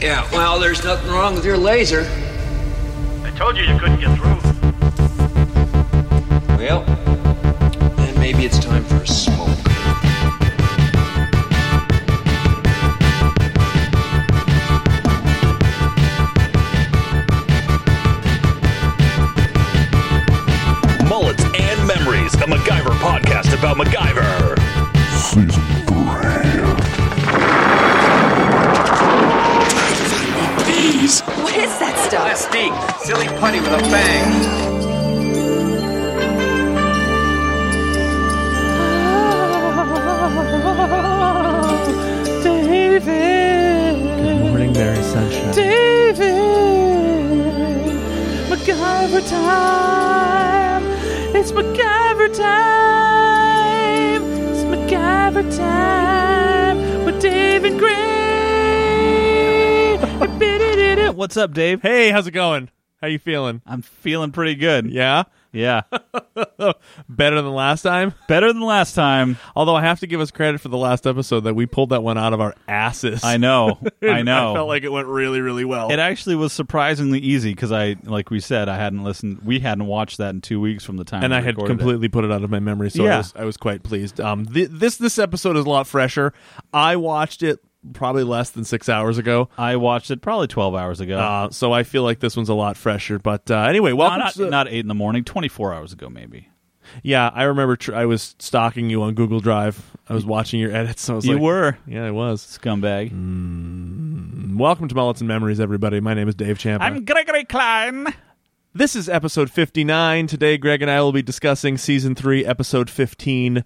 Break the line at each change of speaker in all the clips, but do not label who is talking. Yeah, well, there's nothing wrong with your laser.
I told you you couldn't get through.
Well, then maybe it's time for a smoke.
Mullets and Memories, a MacGyver podcast about MacGyver.
Season 3.
What is that stuff?
Mystique, silly putty with a bang.
Morning, Mary Sunshine.
David, MacGyver time. It's MacGyver time. It's MacGyver time with David Gray. Ba-da-da-da.
What's up, Dave?
Hey, how's it going? How you feeling?
I'm feeling pretty good.
Yeah?
Yeah.
Better than last time?
Better than last time.
Although I have to give us credit for the last episode that we pulled that one out of our asses.
I know. I know.
I felt like it went really, really well.
it actually was surprisingly easy because I, like we said, I hadn't listened. We hadn't watched that in two weeks from the time.
and
we
I had
recorded it.
completely put it out of my memory, so I,
Yeah.
was, I was quite pleased. Um, th- this this episode is a lot fresher. I watched it probably less than six hours ago,
I watched it probably 12 hours ago.
uh, so I feel like this one's a lot fresher. But uh, anyway,
No,
welcome.
not,
to the-
not eight in the morning. 24 hours ago, maybe.
yeah, I remember tr- I was stalking you on Google Drive. I was watching your edits. So I was
You
like-
were.
Yeah, I was.
Scumbag.
Welcome to Mullets and Memories, everybody. My name is Dave Champa.
I'm Gregory Klein.
This is episode 59. Today, Greg and I will be discussing season 3, episode 15,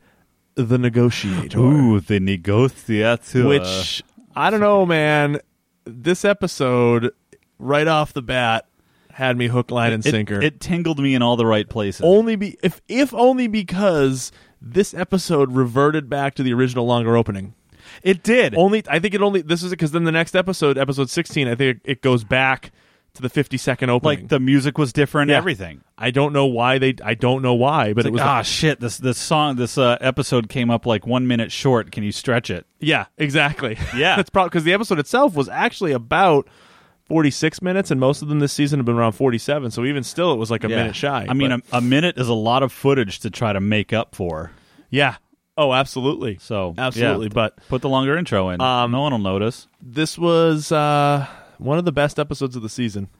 The Negotiator.
Ooh, the negotiator.
Which, I don't know, man. This episode, right off the bat, had me hook, line, and
it,
sinker.
It tingled me in all the right places.
only be if if only because this episode reverted back to the original longer opening.
It did.
Only I think it only this is because then the next episode, episode 16, I think it, it goes back to the 50 second opening.
like the music was different.
Yeah.
Everything.
I don't know why they. I don't know why, but it
It's
was.
like, ah shit this this song this uh, episode came up like one minute short can you stretch it
yeah, exactly.
Yeah.
it's probably because the episode itself was actually about forty six minutes, and most of them this season have been around forty seven. So even still, it was like a minute shy.
I mean um,
but-
a, a minute is a lot of footage to try to make up for
yeah. Oh, absolutely.
so yeah.
absolutely. But
put the longer intro in
Um,
no one will notice
this was uh, one of the best episodes of the season,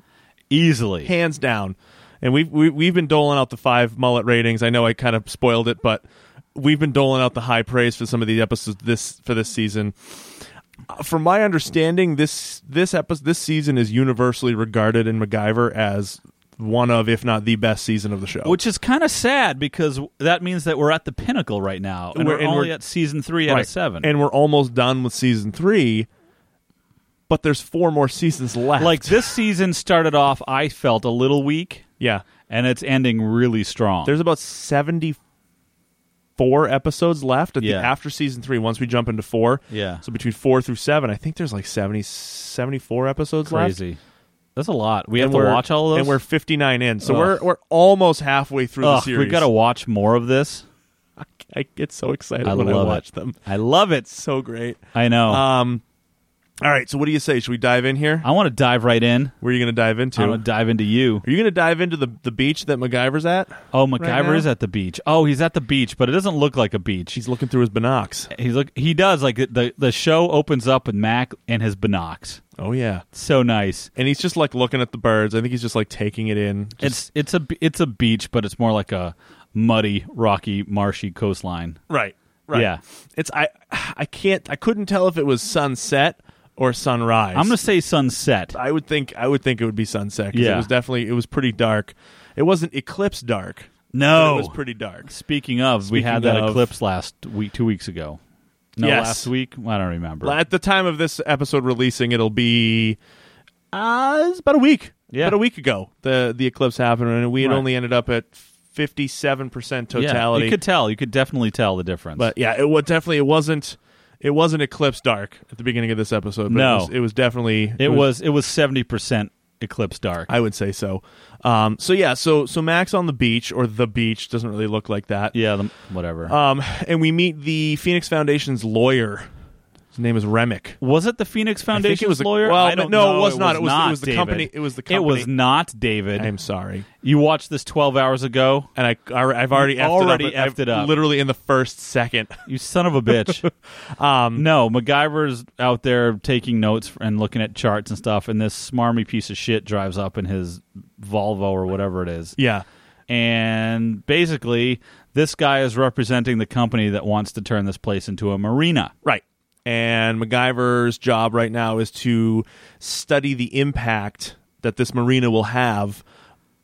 easily
hands down. And we've we, we've been doling out the five mullet ratings. I know I kind of spoiled it, but we've been doling out the high praise for some of the episodes this for this season. Uh, from my understanding, this this episode this season is universally regarded in MacGyver as one of, if not the best season of the show.
which is kind of sad because that means that we're at the pinnacle right now and
We're-
we're,
and
only
we're-
at season three out
Right.
of seven
and we're almost done with season three, but there's four more seasons left.
like this season started off I felt a little weak
yeah,
and it's ending really strong
there's about seventy four episodes left at
Yeah.
the, after season three. Once we jump into four,
Yeah.
so between four through seven, I think there's like 70, 74 episodes left.
crazy that's a lot we
And
have to
we're-
watch all of those
and we're fifty nine in, so
Ugh.
we're we're almost halfway through the
Ugh,
series.
we've got to watch more of this
I get so excited
I
when I
love
watch
it.
them.
I love it.
So great.
I know.
Um, all right. So what do you say? Should we dive in here?
I want to dive right in.
Where are you going to dive into?
I want to dive into you.
are you going to dive into the the beach that MacGyver's at?
Oh, MacGyver
now?
is at the beach. Oh, he's at the beach, but it doesn't look like a beach. He's,
He's looking through his binocs.
he's look. He does like the the show opens up with Mac and his binocs.
Oh yeah.
So nice.
And he's just like looking at the birds. I think he's just like taking it in. Just-
It's it's a b- it's a beach, but it's more like a muddy, rocky, marshy coastline.
right. Right.
Yeah.
It's I. I can't. I couldn't tell if it was sunset or sunrise.
I'm gonna say sunset.
I would think. I would think it would be sunset. 'cause It
Yeah.
was definitely. It was pretty dark. It wasn't eclipse dark. but
No.
It was pretty dark.
Speaking of, we had
Speaking
that
of-
eclipse last week, two weeks ago. No,
Yes.
last week. I don't remember.
At the time of this episode releasing, it'll be uh, it's about a week.
Yeah.
about a week ago the the eclipse happened, and we had
Right.
only ended up at fifty seven percent
Yeah,
totality.
you could tell. You could definitely tell the difference.
but yeah, it was definitely it wasn't it wasn't eclipse dark at the beginning of this episode. But
No.
it was, it was definitely
It was it was seventy percent eclipse dark.
I would say so. Um, so yeah, so so Max on the beach or the beach doesn't really look like that. Uh,
yeah, the, whatever.
Um, and we meet the Phoenix Foundation's lawyer His name is Remick.
Was it the Phoenix
it
Foundation's
was the-
lawyer?
well,
I don't
no, it
know.
was not. It was- it was the
David.
company- it was the
It was
company.
not David.
I'm sorry,
you watched this 12 hours ago.
and I, I I've already
You
effed
already
it up, I've-
effed it up.
literally in the first second.
You son of a bitch.
Um,
no, MacGyver's out there taking notes and looking at charts and stuff, and this smarmy piece of shit drives up in his Volvo or whatever it is.
yeah,
And basically, this guy is representing the company that wants to turn this place into a marina.
Right. And MacGyver's job right now is to study the impact that this marina will have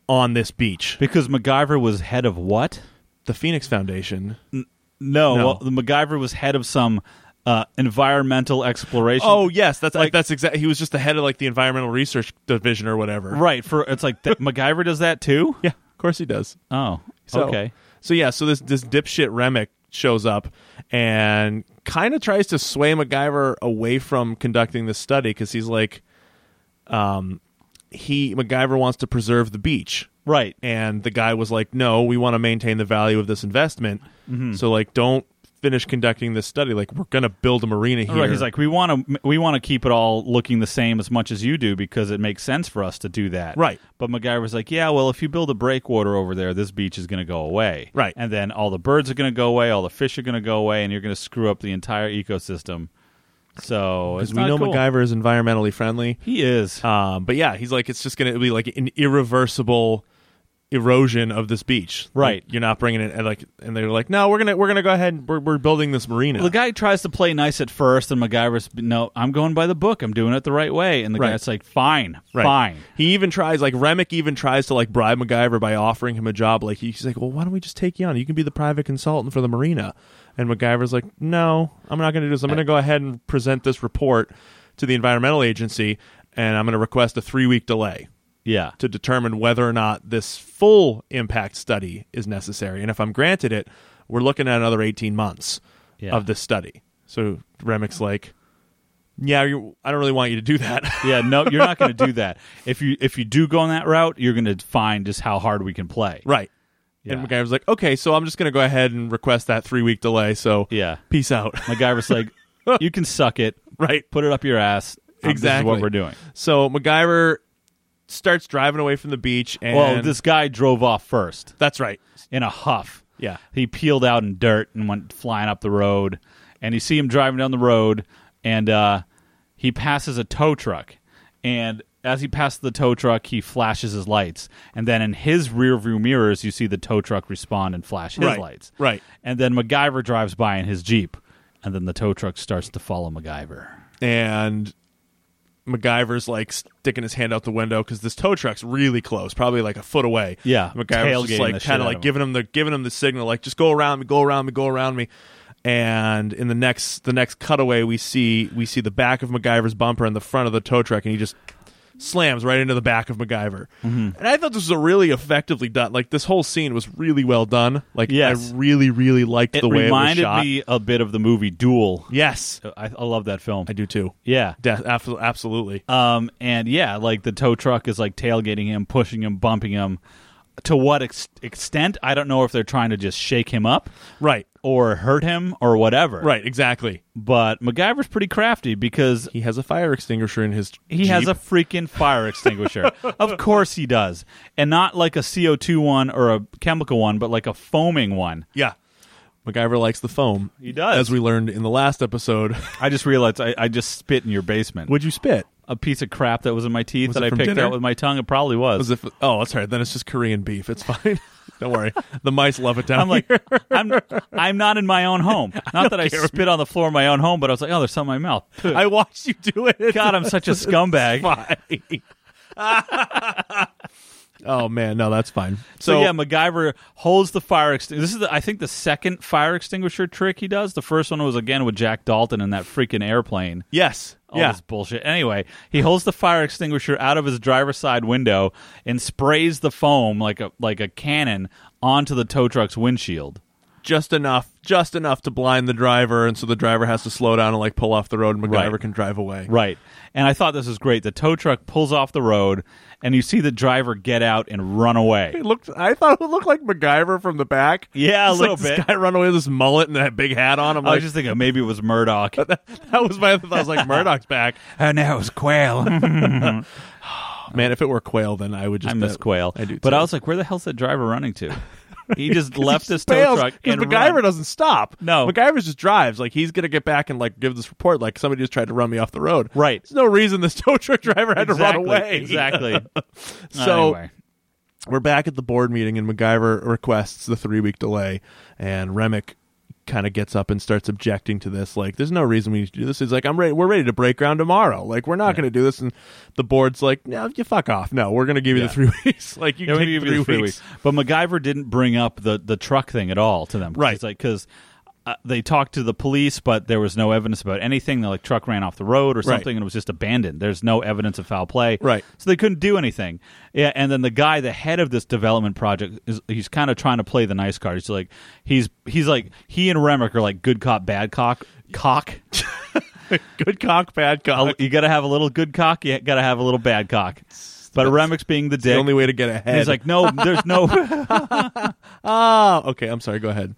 on this beach.
Because MacGyver was head of what?
The Phoenix Foundation.
No,
No.
Well, the MacGyver was head of some uh, environmental exploration.
Oh yes, that's like that's exactly. He was just the head of like the environmental research division or whatever.
right. For it's like that, MacGyver does that too.
Yeah, of course he does.
Oh,
So,
okay.
So yeah, so this this dipshit Remick shows up and kind of tries to sway MacGyver away from conducting this study because he's like, um, he MacGyver wants to preserve the beach.
Right.
and the guy was like no we want to maintain the value of this investment
Mm-hmm.
so like don't finish conducting this study like we're gonna build a marina here
Right, he's like, we want to, we want to keep it all looking the same as much as you do because it makes sense for us to do that.
Right.
But MacGyver's like, yeah, well, if you build a breakwater over there, this beach is going to go away.
Right.
And then all the birds are going to go away, all the fish are going to go away, and you're going to screw up the entire ecosystem. So it's
because we know
not "Ah, cool.
MacGyver is environmentally friendly
He is.
um, but yeah he's like it's just gonna be like an irreversible erosion of this beach Like,
Right.
you're not bringing it and like and they're like no we're gonna we're gonna go ahead and we're, we're building this marina
The guy tries to play nice at first, and MacGyver's no, I'm going by the book. I'm doing it the right way. And the
Right.
guy's like, fine,
Right.
fine.
He even tries, like Remick even tries to like bribe MacGyver by offering him a job. Like he's like, well, why don't we just take you on? You can be the private consultant for the marina. And MacGyver's like, no, I'm not going to do this. I'm going to go ahead and present this report to the environmental agency, and I'm going to request a three week delay
Yeah.
to determine whether or not this full impact study is necessary. And if I'm granted it, we're looking at another 18 months
Yeah.
of this study. So Remick's like, yeah, you, I don't really want you to do that.
yeah, no, you're not going to do that. If you if you do go on that route, you're going to find just how hard we can play.
Right.
Yeah.
And MacGyver's like, okay, so I'm just going to go ahead and request that three week delay. So
Yeah.
peace out.
MacGyver's like, you can suck it,
right.
put it up your ass. Um, this is
Exactly.
what we're doing.
So MacGyver starts driving away from the beach. And
well, this guy drove off first
That's right.
in a huff.
Yeah.
he peeled out in dirt and went flying up the road. And you see him driving down the road, and uh, he passes a tow truck. And as he passes the tow truck, he flashes his lights. And then in his rear view mirrors, you see the tow truck respond and flash his
Right,
lights.
right.
And then MacGyver drives by in his Jeep. And then the tow truck starts to follow MacGyver.
And MacGyver's like sticking his hand out the window because this tow truck's really close, probably like a foot away.
Yeah,
MacGyver's
tailgating
just
the
like
shit
kind
out
of like
of him.
giving him the giving him the signal, like just go around me, go around me, go around me. And in the next the next cutaway, we see we see the back of MacGyver's bumper and the front of the tow truck, and he just slams right into the back of MacGyver.
Mm-hmm.
And I thought this was a really effectively done. Like this whole scene was really well done. Like
Yes.
I really really liked
It
the way it was
reminded
shot.
me a bit of the movie Duel.
yes,
I, I love that film.
I do too.
Yeah.
De- abso- absolutely.
Um, and yeah, like the tow truck is like tailgating him, pushing him, bumping him. To what ex- extent? I don't know if they're trying to just shake him up
Right.
or hurt him or whatever.
Right, exactly.
But MacGyver's pretty crafty because
He has a fire extinguisher in his.
he has a freaking fire extinguisher. of course he does. And not like a CO2 one or a chemical one, but like a foaming one.
yeah. MacGyver likes the foam. He
does.
as we learned in the last episode.
I just realized I, I just spit in your basement.
Would you spit?
a piece of crap that was in my teeth
Was
that
it
I
from
picked
dinner?
out with my tongue. It probably was.
As if, oh, that's right. Then it's just Korean beef. It's fine. Don't worry. The mice love it down
I'm like,
here.
I'm I'm not in my own home. Not that I spit on the floor of my own home, but I was like, oh, there's something in my mouth.
I watched you do it.
God, I'm such a scumbag.
fine. oh man, no, that's fine.
So,
So,
yeah, MacGyver holds the fire extinguisher. This is, the, I think, the second fire extinguisher trick he does. The first one was again with Jack Dalton in that freaking airplane.
yes,
All
yeah,
this bullshit. Anyway, he holds the fire extinguisher out of his driver's side window and sprays the foam like a like a cannon onto the tow truck's windshield.
just enough, just enough to blind the driver, and so the driver has to slow down and like pull off the road, and MacGyver
Right.
can drive away.
Right. And I thought this was great. The tow truck pulls off the road, and you see the driver get out and run away.
It looked. I thought it looked like MacGyver from the back.
Yeah, a
It's
little
like This
bit.
guy run away with this mullet and that big hat on. I'm
I
like,
was just thinking maybe it was Murdoch.
that oh, was my. I was like, Murdoch's back.
and now it's Quail.
Man, if it were Quail, then I would just.
I miss Quail.
I do.
But I
too.
was like, where the hell's that driver running to? He just left this tow
fails
truck and
MacGyver
run.
doesn't stop.
No.
MacGyver just drives. Like he's gonna get back and like give this report. Like somebody just tried to run me off the road.
Right.
There's no reason this tow truck driver had to run
Exactly,
away.
Exactly.
So
anyway.
we're back at the board meeting, and MacGyver requests the three week delay, and Remick kind of gets up and starts objecting to this. Like, there's no reason we need to do this. He's like, I'm ready. We're ready to break ground tomorrow. Like, we're not going to do this. And the board's like, No, you fuck off. No, we're going to give you
Yeah.
the three weeks. Like, you
Yeah,
can
we give
take
you
three,
the three
weeks.
weeks. But MacGyver didn't bring up the, the truck thing at all to them. 'Cause
Right.
It's like, because uh, they talked to the police, but there was no evidence about anything. The like, truck ran off the road or something and it was just abandoned. There's no evidence of foul play.
Right.
So they couldn't do anything. Yeah. And then the guy, the head of this development project, is he's kind of trying to play the nice card. He's like, he's, he's like, he and Remick are like good cop, bad cock. Cock.
Good cock, bad cock.
you got to have a little good cock. You got to have a little bad cock. But Remick's being the dick.
the only way to get ahead.
he's like, no, there's no.
Oh, okay. I'm sorry. Go ahead.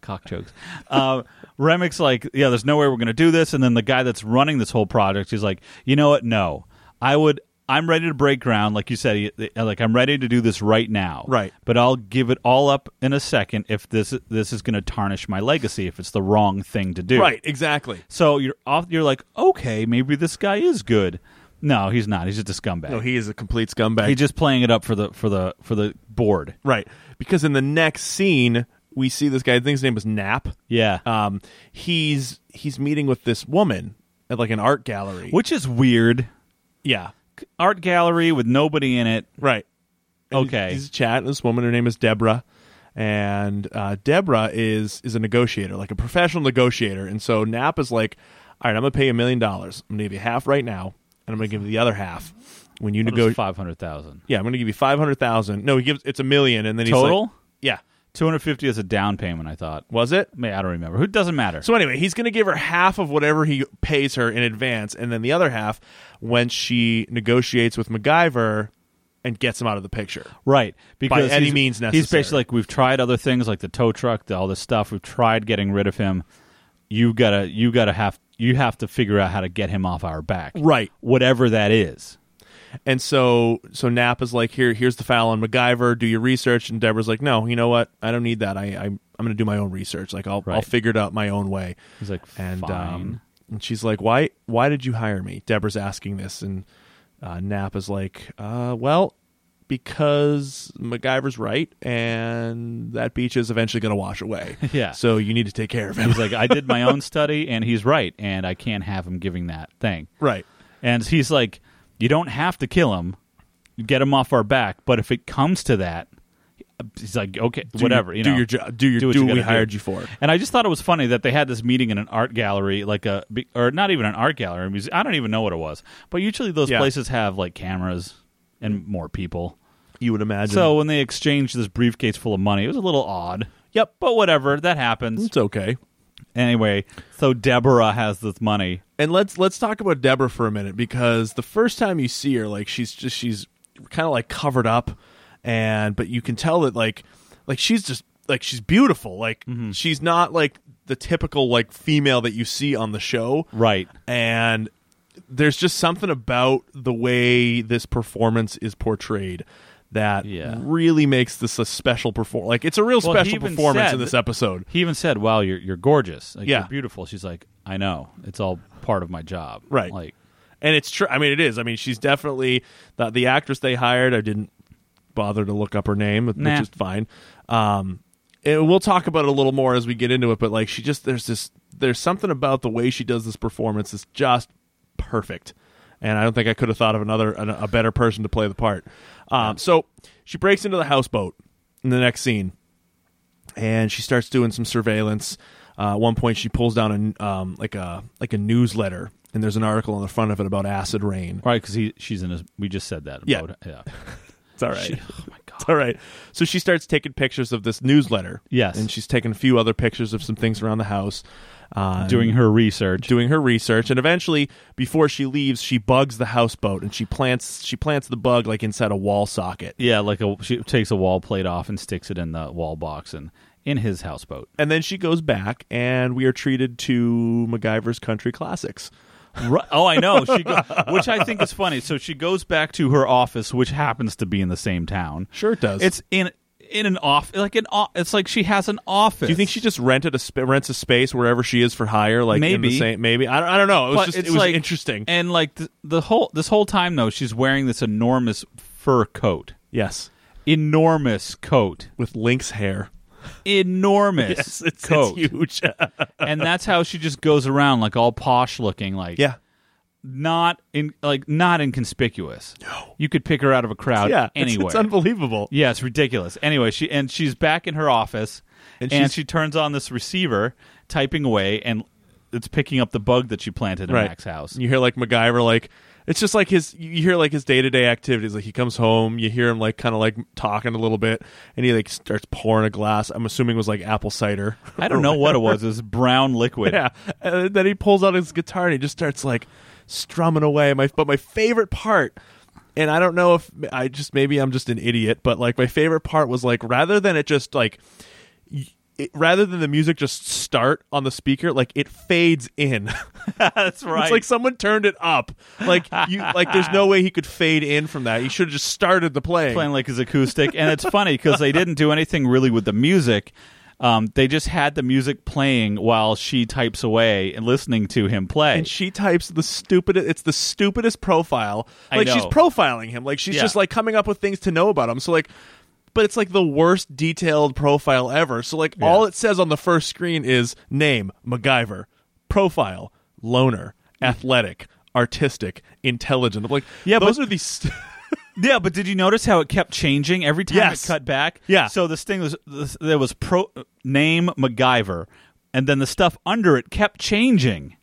cock jokes. Uh, Remick's like, yeah, there's no way we're going to do this. And then the guy that's running this whole project, he's like, you know what? No, I would. I'm ready to break ground, like you said. he- uh, Like I'm ready to do this right now.
Right.
But I'll give it all up in a second if this this is going to tarnish my legacy if it's the wrong thing to do.
Right. Exactly.
So you're off. You're like, okay, maybe this guy is good. No, he's not. He's just a scumbag.
No, he is a complete scumbag.
he's just playing it up for the for the for the board.
right. Because in the next scene, we see this guy. I think his name was Nap.
Yeah.
Um, he's he's meeting with this woman at like an art gallery.
Which is weird.
Yeah.
Art gallery with nobody in it.
Right. And
Okay.
He's, he's chatting. This woman, her name is Deborah, and uh, Deborah is is a negotiator, like a professional negotiator. And so Nap is like, "All right, I'm gonna pay you a million dollars. I'm gonna give you half right now, and I'm gonna give you the other half when you
It was
negotiate."
five hundred thousand.
Yeah, I'm gonna give you five hundred thousand. No, he gives it's a million, and then he's like-
Total?
yeah,
Two hundred fifty is a down payment. I thought.
was it?
May I don't remember. Who doesn't matter.
So anyway, he's going to give her half of whatever he pays her in advance, and then the other half when she negotiates with MacGyver and gets him out of the picture.
right. Because
any
he's-
means
He's
necessary.
basically like we've tried other things like the tow truck, the, all this stuff. We've tried getting rid of him. You gotta, you gotta have, you have to figure out how to get him off our back.
Right.
Whatever that is.
And so so Nap is like, here, here's the file on MacGyver. Do your research. And Deborah's like, no, you know what? I don't need that. I, I I'm going to do my own research. Like I'll I'll
Right.
figure it out my own way.
He's like,
and
fine.
um, and she's like, why why did you hire me? Deborah's asking this, and uh, Nap is like, uh, well, because MacGyver's right, and that beach is eventually going to wash away.
Yeah.
So you need to take care of him.
He's like, I did my own study, and he's right, and I can't have him giving that thing.
right.
And he's like, you don't have to kill him, You get him off our back. But if it comes to that, he's like, okay,
Do
whatever.
your-
you
do
know,
your jo- do your-
what
do what
you
we
gotta
hired you for.
And I just thought it was funny that they had this meeting in an art gallery, like a be- or not even an art gallery. a muse- I don't even know what it was, but usually those
Yeah.
places have like cameras and more people.
You would imagine.
So when they exchanged this briefcase full of money, it was a little odd.
Yep.
but whatever, that happens.
it's okay.
Anyway, so Deborah has this money.
and let's let's talk about Deborah for a minute because the first time you see her, like she's just she's kind of like covered up, and but you can tell that like like she's just like she's beautiful, like
Mm-hmm.
she's not like the typical like female that you see on the show,
Right.
and there's just something about the way this performance is portrayed that
Yeah.
really makes this a special perform. Like it's a real
Well, he
special
even
performance in
said-
this episode,
He even said, "Wow, you're you're gorgeous. Like,
Yeah.
you're beautiful." She's like, "I know. It's all part of my job."
Right.
Like,
and it's true. I mean, it is. I mean, she's definitely the, the actress they hired. I didn't bother to look up her name, which
Nah.
is fine. Um, and we'll talk about it a little more as we get into it. But like, she just there's this there's something about the way she does this performance that's just perfect. And I don't think I could have thought of another an, a better person to play the part. Um, so she breaks into the houseboat in the next scene, and she starts doing some surveillance. Uh, at one point, she pulls down a um, like a like a newsletter, and there's an article on the front of it about acid rain.
right? Because he she's in his. We just said that.
Yeah.
About, yeah.
It's all
She- oh my god.
It's all right. So she starts taking pictures of this newsletter.
Yes.
And she's taking a few other pictures of some things around the house. Uh,
doing her research.
doing her research and eventually before she leaves she bugs the houseboat and she plants she plants the bug like inside a wall socket
yeah, like a, she takes a wall plate off and sticks it in the wall box and in his houseboat.
and then she goes back and we are treated to MacGyver's country classics
Right. Oh, I know. She, go- which I think is funny. So she goes back to her office, which happens to be in the same town.
Sure it does.
It's in in an off like an off. It's like she has an office.
do you think she just rented a sp- rents a space wherever she is for hire like in the
Maybe.
same- maybe I don't, I don't know it was
But
just
it's
it was
like-
interesting
And like the, the whole this whole time though, she's wearing this enormous fur coat.
yes
Enormous coat.
with Link's hair
Enormous
yes it's,
coat.
it's huge
and that's how she just goes around like all posh looking like
yeah
not in like not inconspicuous. No. You could pick her out of a crowd
yeah it's-
anywhere.
it's unbelievable
Yeah, it's ridiculous. Anyway, she and she's back in her office,
And
and,
she's-
she turns on this receiver, typing away, and it's picking up the bug that she planted in
right.
Mac's house.
And you hear like MacGyver like it's just like his you hear like his day to day activities. Like he comes home, you hear him like kind of like talking a little bit, and he like starts pouring a glass. I'm assuming it was like apple cider.
I don't know what it was. It was brown liquid.
yeah. And then he pulls out his guitar and he just starts like strumming away. My but my favorite part. And I don't know if I just maybe I'm just an idiot, but like my favorite part was like rather than it just like y- it, rather than the music just start on the speaker, like it fades in.
that's right.
It's like someone turned it up. Like you, like there's no way he could fade in from that. He should have just started the playing.
playing like his acoustic, and it's funny because they didn't do anything really with the music. Um, they just had the music playing while she types away and listening to him play.
and she types the stupidest. It's the stupidest profile.
I
Like she's
know.
profiling him. Like she's
Yeah.
just like coming up with things to know about him. So like, but it's like the worst detailed profile ever. So like all it says on the first screen is name MacGyver, profile loner, athletic, artistic, intelligent. I'm like,
Yeah,
those
but-
are these. St-
Yeah, but did you notice how it kept changing every time
Yes.
it cut back?
Yeah.
So this thing was this, there was pro name MacGyver, and then the stuff under it kept changing.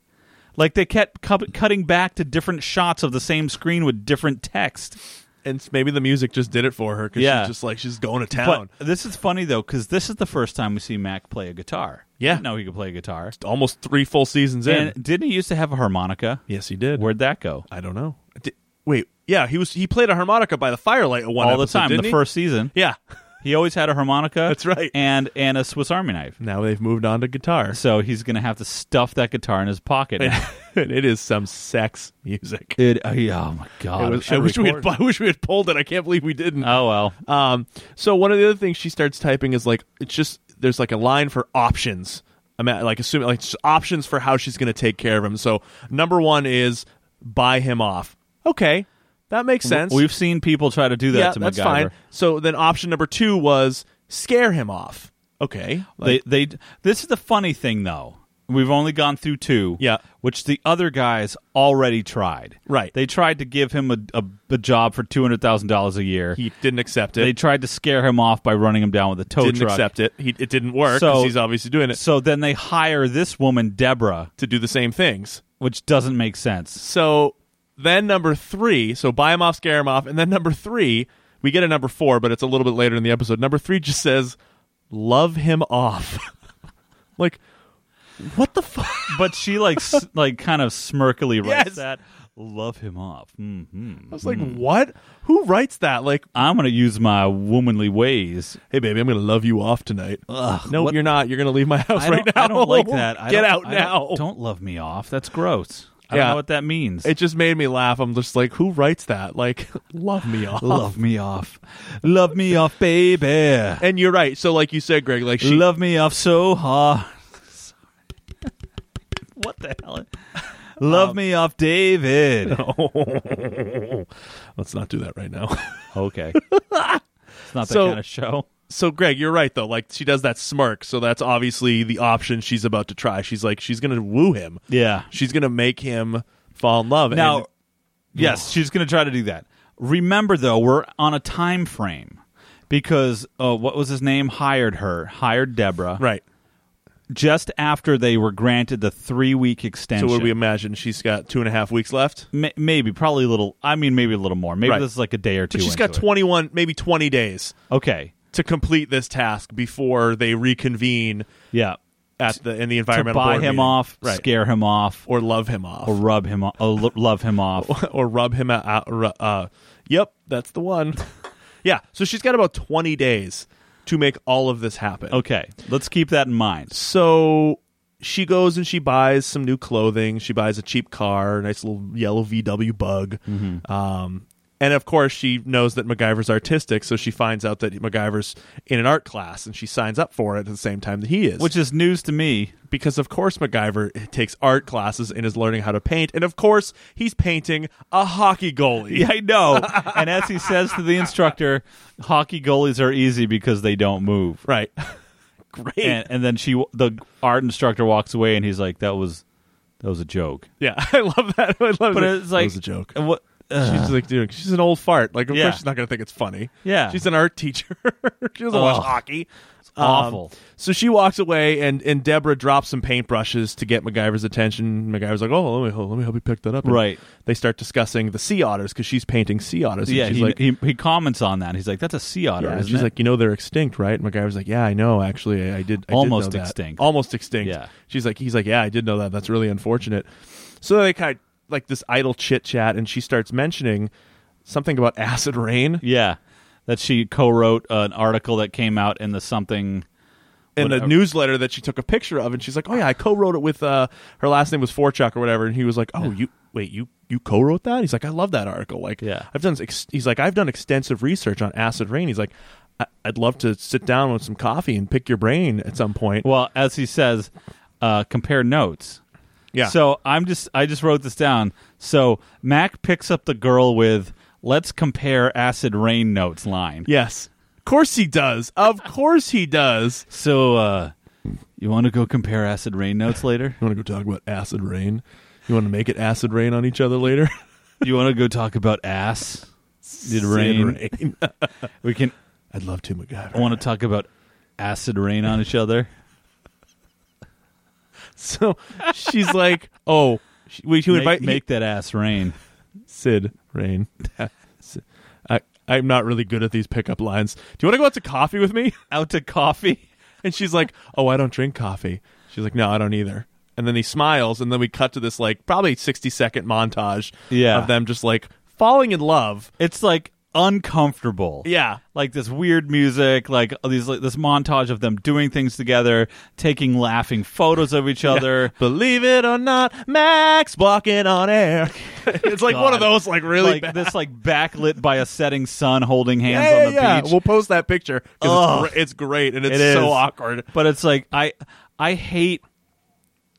Like they kept cu- cutting back to different shots of the same screen with different text.
and maybe the music just did it for her because
Yeah.
she's just like she's going to
But
town.
this is funny though, because this is the first time we see Mac play a guitar.
Yeah.
no, he could play a guitar.
Almost three full seasons in.
And didn't he used to have a harmonica?
Yes, he did.
Where'd that go?
I don't know. Di- wait, yeah, he was he played a harmonica by the firelight at one
All the
episode,
time,
didn't
the
he?
first season.
Yeah.
He always had a harmonica.
That's right.
And and a Swiss Army knife.
Now they've moved on to guitar,
So he's going to have to stuff that guitar in his pocket. now.
and it is some sex music.
It, oh, yeah, oh my
I
god!
was- I wish we had, I wish we had pulled it. I can't believe we didn't.
Oh well,
Um, so one of the other things she starts typing is like it's just there's like a line for options. I'm at, like assuming like just options for how she's going to take care of him. So number one is buy him off. Okay, that makes sense.
we've seen people try to do that
yeah,
to
that's
MacGyver.
fine. So then option number two was scare him off. Okay, like,
they they. This is the funny thing though. We've only gone through two.
Yeah.
which the other guys already tried.
Right.
They tried to give him a a, a job for two hundred thousand dollars a year.
he didn't accept
they
it.
tried to scare him off by running him down with a tow
didn't
truck.
accept it. He, it didn't work because
So-
he's obviously doing it
So then they hire this woman Deborah,
to do the same things.
which doesn't make sense.
So then number three, so buy him off, scare him off, and then number three, we get a number four, but it's a little bit later in the episode. Number three just says, "Love him off." like, what the fuck?
But she like s- like kind of smirkily writes
Yes.
that. Love him off. hmm
I was like, what? Who writes that? Like,
I'm going to use my womanly ways.
hey baby, I'm gonna love you off tonight.
Ugh,
no,
what-
you're not. You're gonna leave my house
I
right
don't,
now.
I don't like that. I
Get
don't-
out
I
now.
don't- Don't, love me off. That's gross. I
Yeah.
don't know what that means.
It just made me laugh. I'm just like, who writes that? Like, love me off.
love me off. Love me off, baby.
And you're right. So, like you said, Greg, like she
love me off so hard. what the hell? Um, Love me off, David.
Let's not do that right now.
Okay. it's not that
So-
kind of show.
so, Greg, you're right though. Like she does that smirk, so that's obviously the option she's about to try. She's like, she's gonna woo him.
Yeah.
She's gonna make him fall in love.
Now,
And-
yes, she's going to try to do that. Remember, though, we're on a time frame because uh, what was his name? Hired her, hired Deborah.
right?
just after they were granted the three week
So
extension.
what do we imagine? She's got two and a half weeks left.
Ma- maybe, probably a little. I mean, maybe a little more. Maybe
Right.
this is like a day or two.
But she's
into
got
it.
21, maybe 20 days
Okay.
to complete this task before they reconvene
Yeah.
at the in the
To
environmental
buy
board
him
meeting.
off,
right.
scare him off,
or love him off,
or
or,
rub him, off, or lo- love him off.
rub him out. ru- Uh, yep, that's the one. yeah, so she's got about 20 days to make all of this happen.
Okay, let's keep that in mind.
So she goes and she buys some new clothing. She buys a cheap car, a nice little yellow VW bug.
Mm-hmm.
Um, and of course, she knows that MacGyver's artistic, so she finds out that MacGyver's in an art class and she signs up for it at the same time that he is.
Which is news to me.
because, of course, MacGyver takes art classes and is learning how to paint. And of course, he's painting a hockey goalie.
Yeah, I know. and as he says to the instructor, hockey goalies are easy because they don't move.
Right. Great.
And, and then she, the art instructor, walks away, and he's like, "That was, that was a joke."
yeah, I love that. I love
But
that.
it's like uh,
that was a joke.
What? ugh.
She's like, dude, she's an old fart. Like, of
Yeah.
course she's not going to think it's funny.
Yeah.
She's an art teacher. she doesn't watch
Ugh.
hockey. Um,
awful.
So she walks away, and, and Deborah drops some paintbrushes to get MacGyver's attention. MacGyver's like, oh, let me, let me help you pick that up. And
Right.
They start discussing the sea otters because she's painting sea otters. And
yeah,
she's
he,
like,
he he comments on that. He's like, "That's a sea otter."
yeah,
isn't
she's
it?"
like, you know, they're extinct, right? And MacGyver's like, yeah, I know. Actually, I, I did. I did
Almost
know that.
extinct.
Almost extinct.
Yeah.
She's like, he's like, yeah, I did know that. That's really unfortunate. So they kind of like this idle chit chat, and she starts mentioning something about acid rain.
"Yeah." That she co-wrote an article that came out in the something.
in a
Whatever.
newsletter that she took a picture of, and she's like, "Oh yeah, I co-wrote it with uh, her last name was Forchuk or whatever." And he was like, "Oh, you wait, you you co-wrote that?" He's like, "I love that article. Like,
Yeah.
I've done." Ex- he's like, "I've done extensive research on acid rain." He's like, I- "I'd love to sit down with some coffee and pick your brain at some point."
Well, as he says, uh, compare notes.
yeah,
So I'm just I just wrote this down. So Mac picks up the girl with "Let's compare acid rain notes" line.
yes, of course he does. Of course he does.
So uh, you want to go compare acid rain notes later?
You want to go talk about acid rain? You want to make it acid rain on each other later?
you want to go talk about ass? Did rain?
Acid rain.
We can.
I'd love to, MacGyver.
I want to talk about acid rain on each other.
So she's like, "Oh." She, we, she
make,
invite he-
make that ass rain.
Sid Rain. I, I'm not really good at these pickup lines. Do you want to go out to coffee with me?
Out to coffee.
And she's like, Oh, I don't drink coffee. She's like, No, I don't either. And then he smiles, and then we cut to this like probably 60 second montage
Yeah.
of them just like falling in love.
It's like uncomfortable.
Yeah.
like this weird music, like all these like, this montage of them doing things together, taking laughing photos of each other.
Believe it or not, Max walking on air. it's like one of
God.
those like really
like
bad.
this, like backlit by a setting sun, holding hands
yeah,
on the
yeah.
beach.
We'll post that picture 'cause
Ugh.
it's, gre- it's great and it's
It is.
so awkward.
But it's like I, I hate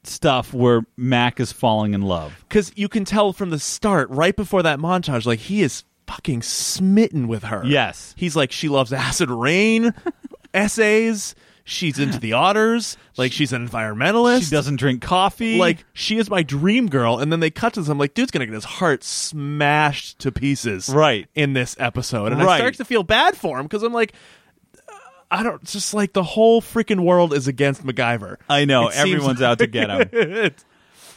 stuff where Mac is falling in love.
because you can tell from the start, right before that montage, like he is fucking smitten with her.
Yes.
he's like she loves acid rain essays. She's into the otters. Like she's an environmentalist.
She doesn't drink coffee.
Like she is my dream girl. And then they cut to this. I'm like, dude's gonna get his heart smashed to pieces.
Right.
in this episode, and I
Right.
start to feel bad for him because I'm like. uh, I don't it's just like the whole freaking world is against MacGyver.
I know
It seems
everyone's out to get him.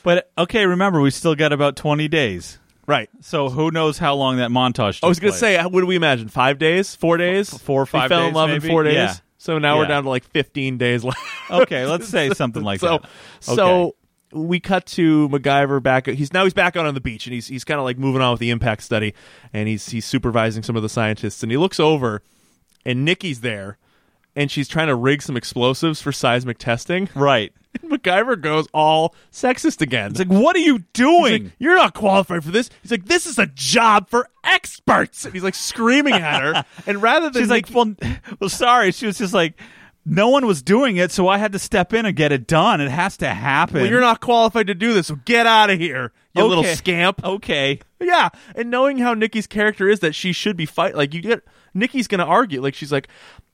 But okay, remember we still got about twenty days.
right.
So who knows how long that montage?
I was
going
gonna say, what do we imagine? Five days, four days,
four or
We
five
fell in
days,
love
maybe?
in four days.
Yeah.
So now we're
Yeah.
down to like fifteen days left.
Okay, let's say something like
so,
that.
so we cut to MacGyver back. He's now he's back out on the beach, and he's he's kind of like moving on with the impact study, and he's he's supervising some of the scientists, and he looks over, and Nikki's there, and she's trying to rig some explosives for seismic testing.
right.
MacGyver goes all sexist again.
It's like, what are you
He's
doing?
like, You're not qualified for this. He's like, this is a job for experts. And he's like screaming at her. And rather than
She's like,
Nikki-
well, well, sorry. She was just like, no one was doing it, so I had to step in and get it done. It has to happen.
well, you're not qualified to do this, so get out of here, you little
Okay.
scamp.
okay.
Yeah. And knowing how Nikki's character is, that she should be fight like you get. Nikki's gonna argue. Like she's like,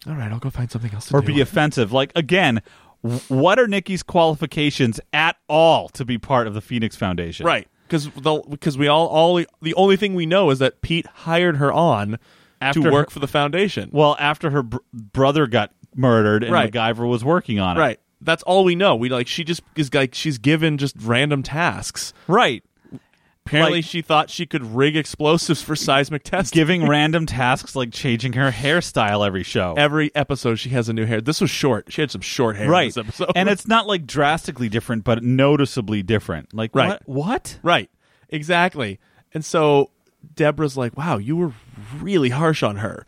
all right, I'll go find something else to
Or
do.
be offensive. Like again, w- what are Nikki's qualifications at all to be part of the Phoenix Foundation?
right. Because because we all all the only thing we know is that Pete hired her on
After
to work
her-
for the foundation.
Well, after her br- brother got murdered and
Right.
MacGyver was working on it.
Right. that's all we know. We like she just is like she's given just random tasks.
Right.
Apparently,
Like-
she thought she could rig explosives for seismic testing.
Giving random tasks like changing her hairstyle every show.
Every episode, she has a new hair. This was short. She had some short hair. in
right.
This episode,
And it's not like drastically different, but noticeably different. Like
Right.
what what?
Right. Exactly. And so Deborah's like, wow, you were really harsh on her.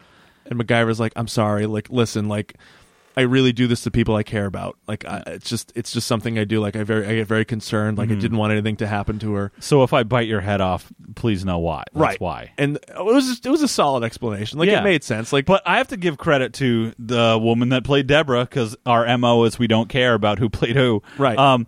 And MacGyver's like, I'm sorry. Like, listen, like, I really do this to people I care about. Like, I, it's just, it's just something I do. Like, I very, I get very concerned.
Mm-hmm.
Like, I didn't want anything to happen to her.
So if I bite your head off, please know why. That's why.
And it was, just, it was a solid explanation. Like,
Yeah.
it made sense. Like,
But I have to give credit to the woman that played Deborah because our mo is we don't care about who played who.
Right.
Um,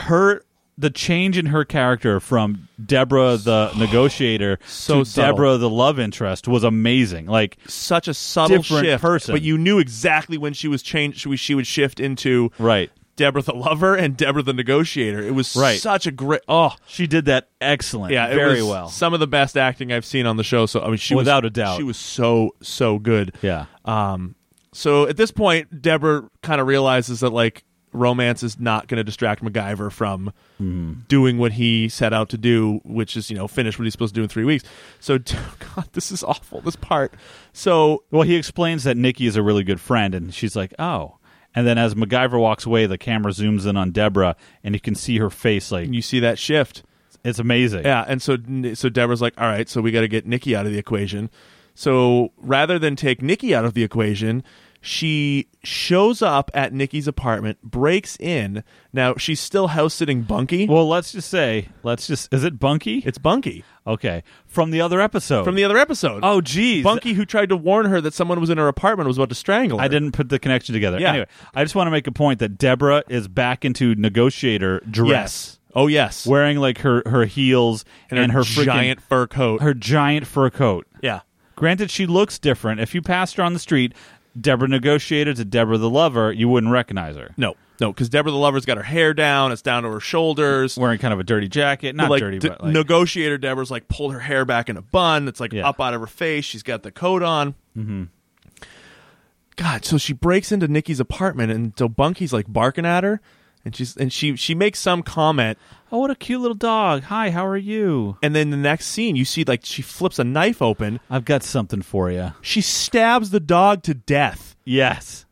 her the change in her character from Deborah the negotiator
So
to
subtle.
Deborah the love interest was amazing. Like
such a subtle
Different
shift,
person.
but you knew exactly when she was changed. She, was- she would shift into
right,
Deborah the lover and Deborah the negotiator. It was
Right.
such a great. Oh,
she did that excellent.
Yeah, it
very
was
well.
Some of the best acting I've seen on the show. So I mean, she was-
Without a doubt.
she was so so good.
yeah. Uh,
Um. So at this point, Deborah kind of realizes that like romance is not going to distract MacGyver from
Mm-hmm.
doing what he set out to do, which is you know finish what he's supposed to do in three weeks. So God, this is awful. This part. So
Well, he explains that Nikki is a really good friend, and she's like, "Oh." And then as MacGyver walks away, the camera zooms in on Deborah, and you can see her face. Like
you see that shift.
it's amazing.
Yeah, and so so Deborah's like, all right, so we got to get Nikki out of the equation. So rather than take Nikki out of the equation, she shows up at Nikki's apartment, breaks in. Now she's still house sitting Bunky.
Well, let's just say, let's just is it Bunky?
it's Bunky
Okay, from the other episode.
from the other episode.
oh, geez,
Bunky who tried to warn her that someone was in her apartment was about to strangle her.
I didn't put the connection together.
Yeah.
Anyway, I just want to make a point that Deborah is back into negotiator dress,
Yes. Oh yes.
wearing like her her heels and, her, freaking-
giant fur coat.
her giant fur coat.
yeah.
Granted, she looks different. If you passed her on the street, Deborah negotiator to Deborah the lover, you wouldn't recognize her.
No, no, because Deborah the lover's got her hair down. It's down to her shoulders.
Wearing kind of a dirty jacket, not
like,
dirty,
d-
but like,
negotiator Deborah's like pulled her hair back in a bun. It's like
Yeah.
up out of her face. She's got the coat on. Mm-hmm. God, so she breaks into Nikki's apartment, and so Bunky's like barking at her, and she's and she she makes some comment,
oh, what a cute little dog. Hi, how are you?
and then the next scene you see like she flips a knife open.
I've got something for you.
She stabs the dog to death.
Yes.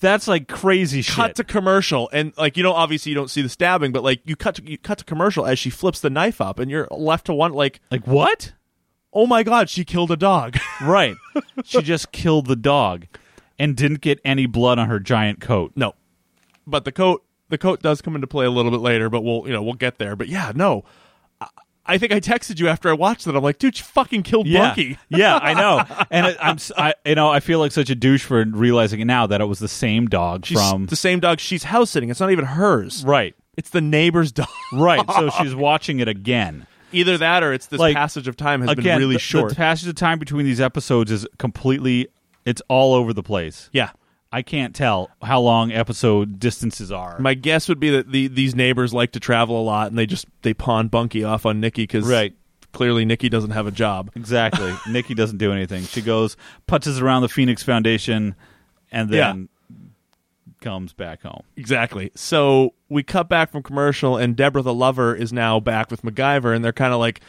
That's like crazy shit.
Cut to commercial, and like you know, obviously you don't see the stabbing, but like you cut to, you cut to commercial as she flips the knife up, and you're left to one like,
like what?
oh my god, she killed a dog.
Right. she just killed the dog and didn't get any blood on her giant coat.
No, but the coat the coat does come into play a little bit later. But we'll you know we'll get there. But yeah, no. I, I think I texted you after I watched it. I'm like, dude, you fucking killed
Yeah.
Bunky.
Yeah, I know. And it, I'm s- I you know, I feel like such a douche for realizing it now that it was the same dog
She's
from
the same dog she's house sitting. It's not even hers.
Right.
It's the neighbor's dog.
Right. So she's watching it again.
Either that, or it's this
Like,
passage of time has
again,
been really
the,
short.
the passage of time between these episodes is completely it's all over the place.
yeah.
I can't tell how long episode distances are.
My guess would be that the, these neighbors like to travel a lot, and they just they pawn Bunky off on Nikki because
Right.
clearly Nikki doesn't have a job.
Exactly. Nikki doesn't do anything. She goes, putzes around the Phoenix Foundation, and then comes back home.
Exactly. So we cut back from commercial, and Deborah the lover is now back with MacGyver, and they're kind of like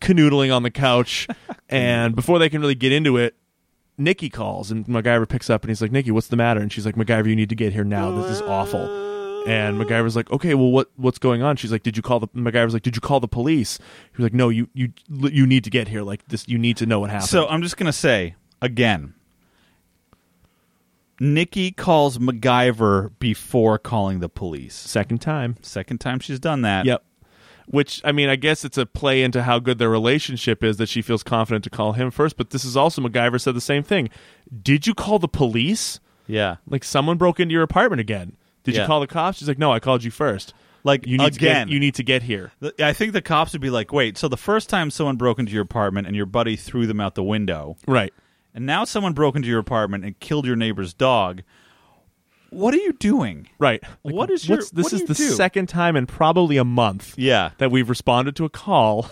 canoodling on the couch. and before they can really get into it, Nikki calls, and MacGyver picks up, and he's like, "Nikki, what's the matter?" And she's like, "MacGyver, you need to get here now. This is awful." And MacGyver's like, "Okay, well, what what's going on?" She's like, "Did you call the?" MacGyver's like, "Did you call the police?" He was like, "No, you you you need to get here. Like this, you need to know what happened."
So I'm just going to say again Nikki calls MacGyver before calling the police.
second time.
Second time she's done that.
Yep. Which I mean, I guess it's a play into how good their relationship is that she feels confident to call him first. But this is also MacGyver said the same thing. Did you call the police?
Yeah.
Like someone broke into your apartment again. Did
Yeah.
you call the cops? She's like, no, I called you first.
Like,
you need
again.
to get, you need to get here.
The- I think the cops would be like, wait, so the first time someone broke into your apartment and your buddy threw them out the window,
Right.
and now someone broke into your apartment and killed your neighbor's dog. What are you doing?
Right.
What is your-
what's- this
what do
is
you
the
do?
second time in probably a month
Yeah.
that we've responded to a call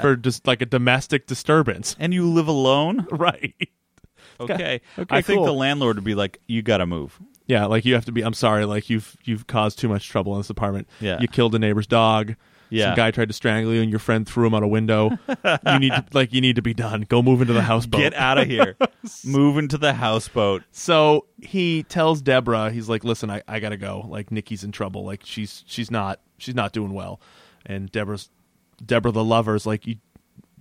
for just like a domestic disturbance.
and you live alone?
Right.
Okay.
Okay,
I think
cool.
the landlord would be like, you got to move.
Yeah, like you have to be. I'm sorry, like you've you've caused too much trouble in this apartment.
Yeah.
you killed a neighbor's dog.
Yeah.
some guy tried to strangle you, and your friend threw him out a window. you need to, like you need to be done. Go move into the houseboat.
Get out of here. Move into the houseboat.
So he tells Deborah, he's like, "Listen, I, I gotta go. Like Nikki's in trouble. Like she's she's not she's not doing well." And Deborah's Deborah the lover's like, "You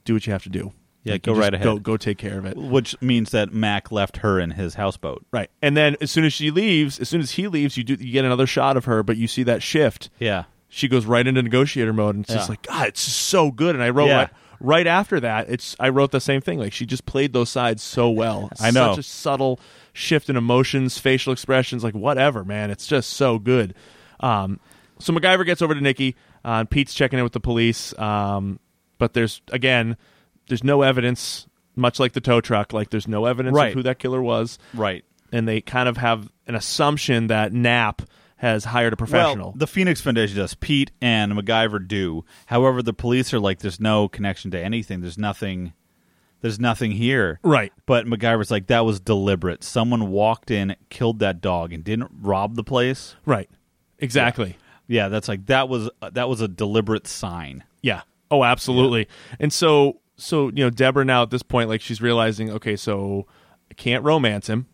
do what you have to do.
Yeah,
Like,
go
you just
right ahead."
Go go take care of it."
Which means that Mac left her in his houseboat.
Right. And then as soon as she leaves, as soon as he leaves, you do you get another shot of her, but you see that shift.
Yeah.
She goes right into negotiator mode, and it's just
Yeah.
like, God, it's just so good. And I wrote
Yeah.
right, right after that, it's I wrote the same thing. Like she just played those sides so well.
I know.
such a subtle shift in emotions, facial expressions, like whatever, man. It's just so good. Um, so MacGyver gets over to Nikki, uh, and Pete's checking in with the police. Um, but there's again, there's no evidence. Much like the tow truck, like there's no evidence
Right.
of who that killer was
Right.
and they kind of have an assumption that Knapp has hired a professional.
Well, the Phoenix Foundation does. Pete and MacGyver do. However, the police are like, there's no connection to anything. There's nothing. There's nothing here.
Right.
But MacGyver's like, that was deliberate. Someone walked in, killed that dog, and didn't rob the place.
right. Exactly.
Yeah, that's like that was that was a deliberate sign.
Yeah. Oh, absolutely. And so so you know Deborah now at this point like she's realizing okay, so I can't romance him.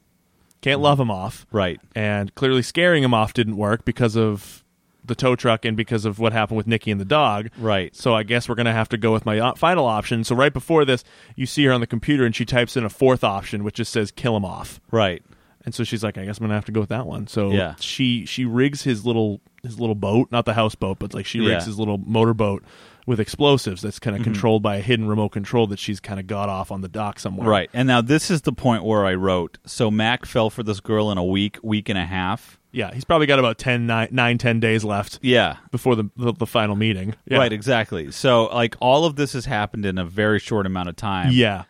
Can't love him off.
Mm-hmm. Right.
And clearly scaring him off didn't work because of the tow truck and because of what happened with Nikki and the dog.
Right.
So I guess we're going to have to go with my o- final option. So right before this, you see her on the computer and she types in a fourth option which just says kill him off.
Right.
And so she's like, I guess I'm gonna have to go with that one. So
Yeah.
she she rigs his little his little boat, not the houseboat, but like she rigs
Yeah. Mm-hmm.
his little motorboat with explosives that's kind of controlled by a hidden remote control that she's kind of got off on the dock somewhere.
Right. And now this is the point where I wrote. So Mac fell for this girl in a week, week and a half.
Yeah. He's probably got about 10, 9, 9 10 days left
Yeah.
before the, the the final meeting. Yeah.
Right, exactly. So like all of this has happened in a very short amount of time.
Yeah.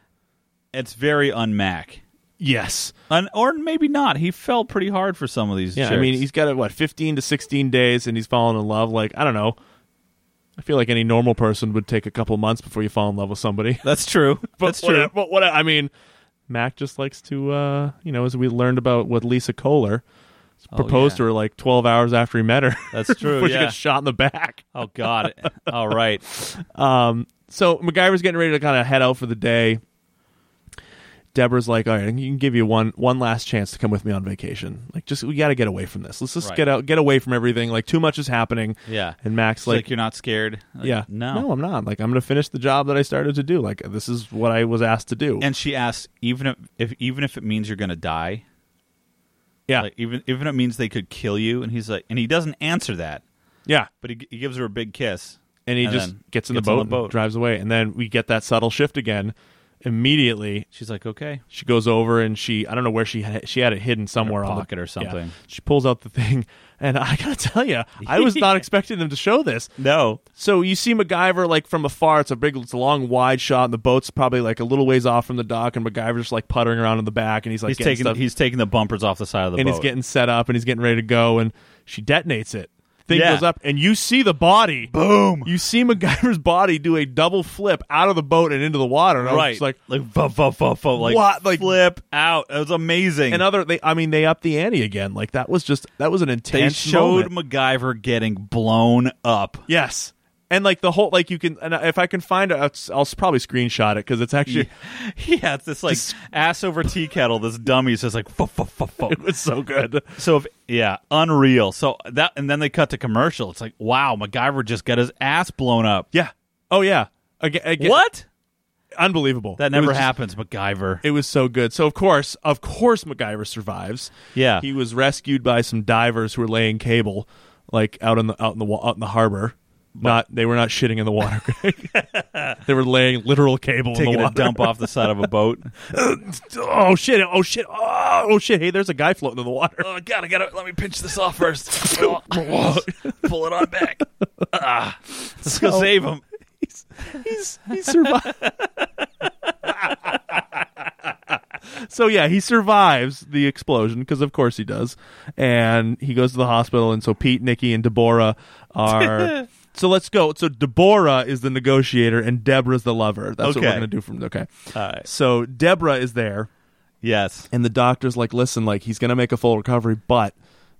It's very unMac.
Yes.
Un- or maybe not. He fell pretty hard for some of these.
Yeah. I
chicks.
mean, he's got what fifteen to sixteen days, and he's fallen in love. Like I don't know. I feel like any normal person would take a couple months before you fall in love with somebody.
that's true.
But
that's
what,
true.
But what I mean, Mac just likes to, uh, you know, as we learned about with Lisa Kohler, proposed
Oh, yeah.
to her like 12 hours after he met her.
That's true,
before she
yeah.
gets shot in the back.
Oh God. all right.
So MacGyver's getting ready to kind of head out for the day. Deborah's like, all right, I can give you one one last chance to come with me on vacation. Like, just we got to get away from this. Let's just
Right.
get out, get away from everything. Like, too much is happening.
Yeah.
And Mac's
It's like,
like
you're not scared. Like,
yeah,
No.
no, I'm not. Like, I'm gonna finish the job that I started to do. Like, this is what I was asked to do.
and she asks, even if, if even if it means you're going to die,
yeah,
like even even if it means they could kill you, and he's like, and he doesn't answer that,
yeah.
but he, g- he gives her a big kiss,
and he just
then
gets in the boat, and drives away, and then we get that subtle shift again. Immediately,
She's like, okay,
she goes over and she I don't know where she had it, she had it hidden somewhere on the-
pocket or something.
She pulls out the thing, and I gotta tell you, I was not expecting them to show this.
no,
So you see MacGyver like from afar. It's a big, it's a long, wide shot, and the boat's probably like a little ways off from the dock, and MacGyver's just like puttering around in the back, and he's like
he's
getting
taking
stuff,
he's taking the bumpers off the side of the
and
boat.
he's getting set up, and he's getting ready to go, and she detonates it. Thing
Yeah.
goes up, and you see the body.
boom,
you see MacGyver's body do a double flip out of the boat and into the water. And I was
right?
just like,
like, fu- fu- fu- fu- like
What? Like-
flip out. It was amazing.
and other, they, I mean, they upped the ante again. Like that was just that was an
they
intense.
showed
moment.
MacGyver getting blown up.
yes, and like the whole, like you can, and if I can find, it, I'll, I'll probably screenshot it because it's actually
Yeah, it's this like ass over tea kettle. This dummy is just like, fu- fu- fu- fu.
it was so good.
so if, yeah, unreal. So that and then they cut to commercial. It's like, wow, MacGyver just got his ass blown up.
Yeah. Oh yeah. Again, again
What?
Unbelievable.
That
It was
never
just-
happens, MacGyver.
It was so good. So of course, of course, MacGyver survives.
Yeah.
he was rescued by some divers who were laying cable, like out in the out in the wa- out in the harbor. Not they were not shitting in the water. Greg. they were laying literal cable in
Taking
the
a
water.
dump off the side of a boat.
Oh shit! Oh shit! Oh, oh shit! Hey, there's a guy floating in the water.
oh god, I gotta let me pinch this off first. Pull it on back. Ah, let's go save him.
He's, he survived. so yeah, he survives the explosion because of course he does, and he goes to the hospital. And so Pete, Nikki, and Deborah are. so let's go. So Deborah is the negotiator, and Deborah's the lover. That's what
Okay.
we're gonna do from okay.
All right.
So Deborah is there.
Yes.
and the doctor's like listen like he's gonna make a full recovery but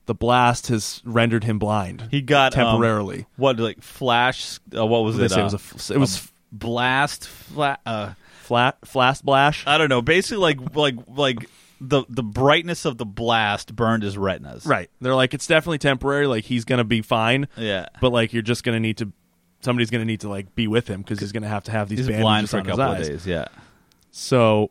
the blast has rendered him blind
He got um,
temporarily
what like flash? Uh, what was
They
it?
say it
uh,
was a f- it was f-
blast. Fla- uh,
flat flash blash
I don't know. Basically, like like like the the brightness of the blast burned his retinas.
right they're like it's definitely temporary like he's gonna be fine
Yeah.
but like you're just gonna need to somebody's gonna need to like be with him because he's gonna have to have these
He's
bandages
blind for a
on his
couple of
eyes.
days. Yeah.
so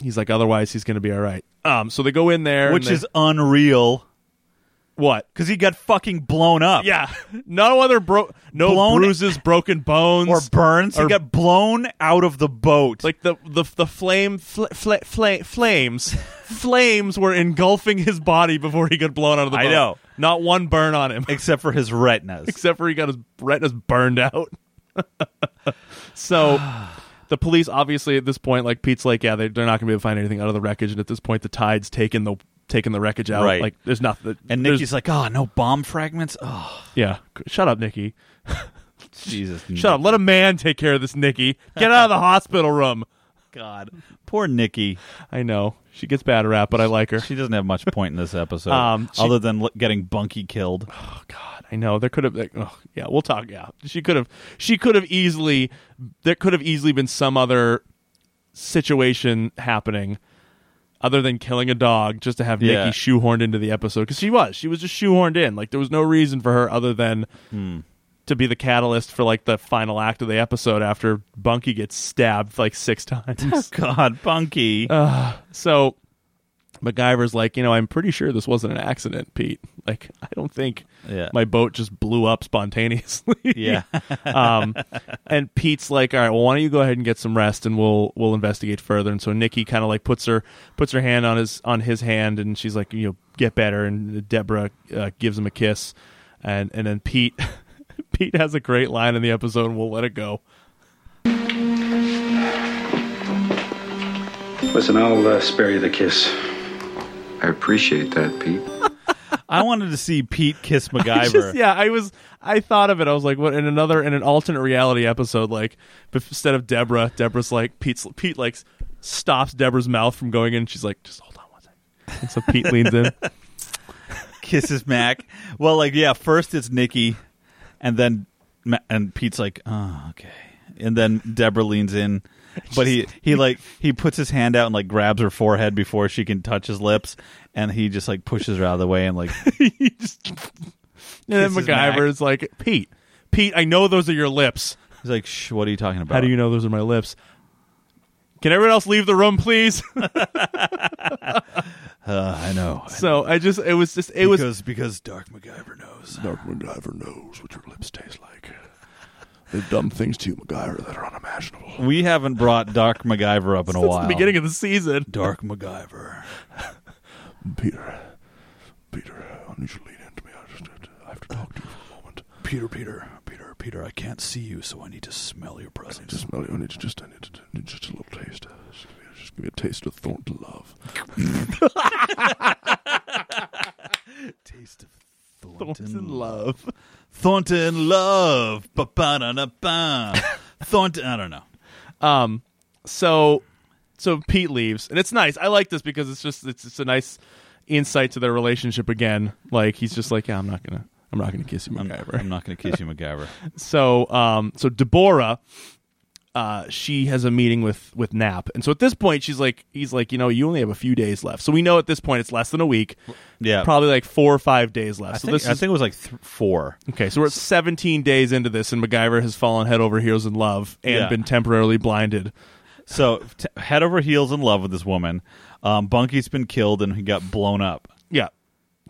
he's like otherwise he's gonna be all right um so they go in there and
Which
they-
is unreal
what
because he got fucking blown up.
yeah no other bro no
Blown-
bruises broken bones
Or burns.
Or-
he got blown out of the boat.
Like the the the flame fl- fl- fl- flames flames were engulfing his body before he got blown out of the.
I
boat.
know.
not one burn on him
except for his retinas.
except for he got his retinas burned out. so the police obviously at this point, like Pete's like, yeah, they're, they're not going to be able to find anything out of the wreckage, and at this point, the tide's taken the taken the wreckage out.
Right.
Like there's nothing.
and
there's-
Nikki's like, "Oh, no bomb fragments." Oh,
yeah, shut up, Nikki.
Jesus.
Shut up. Let a man take care of this, Nikki. Get out of the hospital room.
God. Poor Nikki.
I know she gets bad rap, but I like her.
She doesn't have much point in this episode,
Um, she- Oh,
other than l- getting Bunky killed.
God, I know there could have. Like, oh, yeah, we'll talk. Yeah, she could have. She could have easily. There could have easily been some other situation happening, other than killing a dog, just to have
Yeah.
Nikki shoehorned into the episode because she was. She was just shoehorned in. Like there was no reason for her other than to be the catalyst for like the final act of the episode after Bunky gets stabbed like six times.
God, Bunky.
So MacGyver's like, you know, I'm pretty sure this wasn't an accident, Pete. Like, I don't think
Yeah.
my boat just blew up spontaneously.
yeah.
um, and Pete's like, all right, well, why don't you go ahead and get some rest, and we'll we'll investigate further. And so Nikki kind of like puts her puts her hand on his on his hand, and she's like, you know, get better. And Deborah uh, gives him a kiss, and and then Pete Pete has a great line in the episode, and we'll let it go.
Listen, I'll uh, spare you the kiss.
I appreciate that, Pete.
I wanted to see Pete kiss
I
MacGyver.
just- yeah, I was. I thought of it. I was like, what? In another, in an alternate reality episode, like bef- instead of Deborah, Deborah's like Pete's. Pete like s- stops Deborah's mouth from going in. and She's like, just hold on one second. And so Pete leans in.
Kisses Mac. Well, like yeah, first it's Nikki, and then Ma- and Pete's like, "Oh, okay." And then Deborah leans in, but he he like he puts his hand out and like grabs her forehead before she can touch his lips, and he just like pushes her out of the way and like
He just- and then
Kisses Mac.
MacGyver is like, Pete, Pete, I know those are your lips.
he's like, "Shh, what are you talking about?"
How do you know those are my lips? Can everyone else leave the room, please?
Uh, I know.
so I just, it was just, it was
because because Dark MacGyver knows.
Dark MacGyver knows what your lips taste like. They've done things to you, MacGyver, that are unimaginable.
We haven't brought Dark MacGyver up in a
since
while.
the beginning of the season.
Dark MacGyver.
Peter, Peter, I need you to lean into me. I just I have to talk to you for a moment.
Peter, Peter, Peter, Peter, I can't see you, so I need to smell your presence.
Just smell it. I need to just, I need, to, I need just a little taste. Just give, me, just give me a taste of thorn to love.
Taste of
In love.
Thornton Love. Ba-ba-da-da-ba. Thornton. I don't know.
Um, so so Pete leaves, and it's nice. I like this because it's just it's it's a nice insight to their relationship again. Like he's just like, yeah, I'm not gonna. I'm not going to kiss you,
I'm,
MacGyver.
I'm not going to kiss you, MacGyver.
So, um, so Deborah, uh, she has a meeting with with Nap, and so at this point, she's like, he's like, you know, you only have a few days left. So we know at this point it's less than a week,
Yeah.
probably like four or five days left.
I,
so
think,
this
I
is
think it was like th- four.
Okay, so we're at 17 days into this, and MacGyver has fallen head over heels in love and
Yeah.
been temporarily blinded.
So t- head over heels in love with this woman. Um, Bunky's been killed and he got blown up.
Yeah,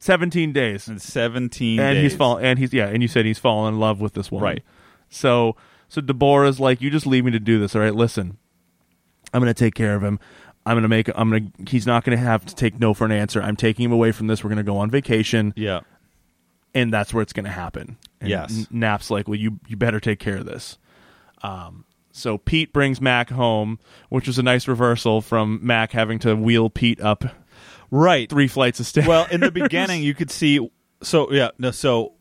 17 days,
In 17
and
days.
he's fallen, and he's yeah, and you said he's fallen in love with this woman,
Right.
So, so Deborah's like, you just leave me to do this, all right? Listen, I'm gonna take care of him. I'm gonna make. I'm gonna. He's not gonna have to take no for an answer. I'm taking him away from this. We're gonna go on vacation,
Yeah.
and that's where it's gonna happen. And
Yes.
N- Nap's like, well, you you better take care of this. Um. So Pete brings Mac home, which was a nice reversal from Mac having to wheel Pete up
Right.
three flights of stairs.
Well, in the beginning, you could see. So yeah, no. So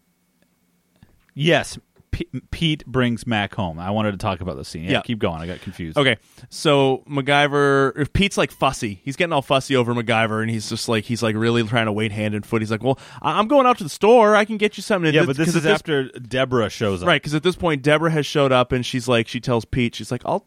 yes, P- Pete brings Mac home. I wanted to talk about this scene. Yeah,
Yeah.
keep going. I got confused.
Okay, so MacGyver, if Pete's like fussy. He's getting all fussy over MacGyver, and he's just like he's like really trying to wait hand and foot. He's like, "Well, I- I'm going out to the store. I can get you something."
Yeah, but this
'cause
is
at
after Deborah shows up.
right? Because at this point, Deborah has showed up, and she's like, she tells Pete, she's like, "I'll,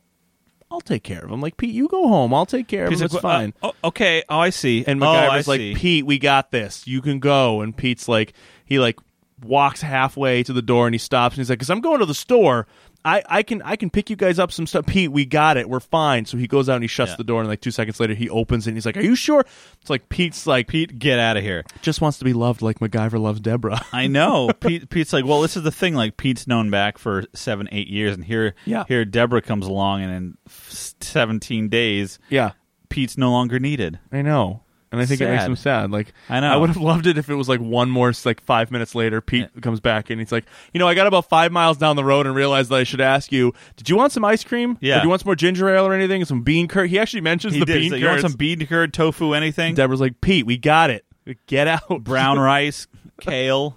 I'll take care of him." Like Pete, you go home. I'll take care of
He's
him.
like,
it's
"Well, uh,
fine.
oh, okay. Oh, I see.
And
Oh, I
MacGyver's like,
see.
Pete, we got this. You can go. And Pete's like, he like walks halfway to the door and he stops and he's like, because I'm going to the store. I, I can I can pick you guys up some stuff. Pete, we got it. We're fine. So he goes out and he shuts
Yeah.
the door and like two seconds later he opens it and he's like, Are you sure? It's like Pete's like Pete
Pete, get out of here.
just wants to be loved like MacGyver loves Deborah.
I know. Pete, Pete's like, well, this is the thing. Like, Pete's known back for seven, eight years, and here,
Yeah.
here, Deborah comes along, and in f- seventeen days,
yeah.
Pete's no longer needed.
I know. And I think it makes
Sad.
him sad. Like
I know.
I would have loved it if it was like one more like five minutes later, Pete comes back and he's like, you know, I got about five miles down the road and realized that I should ask you, did you want some ice cream?
Yeah.
Or do you want some more ginger ale or anything? Some bean curd? He actually mentions
He
the
did. He's
bean
like,
curd.
you want some bean curd, tofu, anything?
Deborah's like, Pete, we got it. Get out.
Brown rice, kale,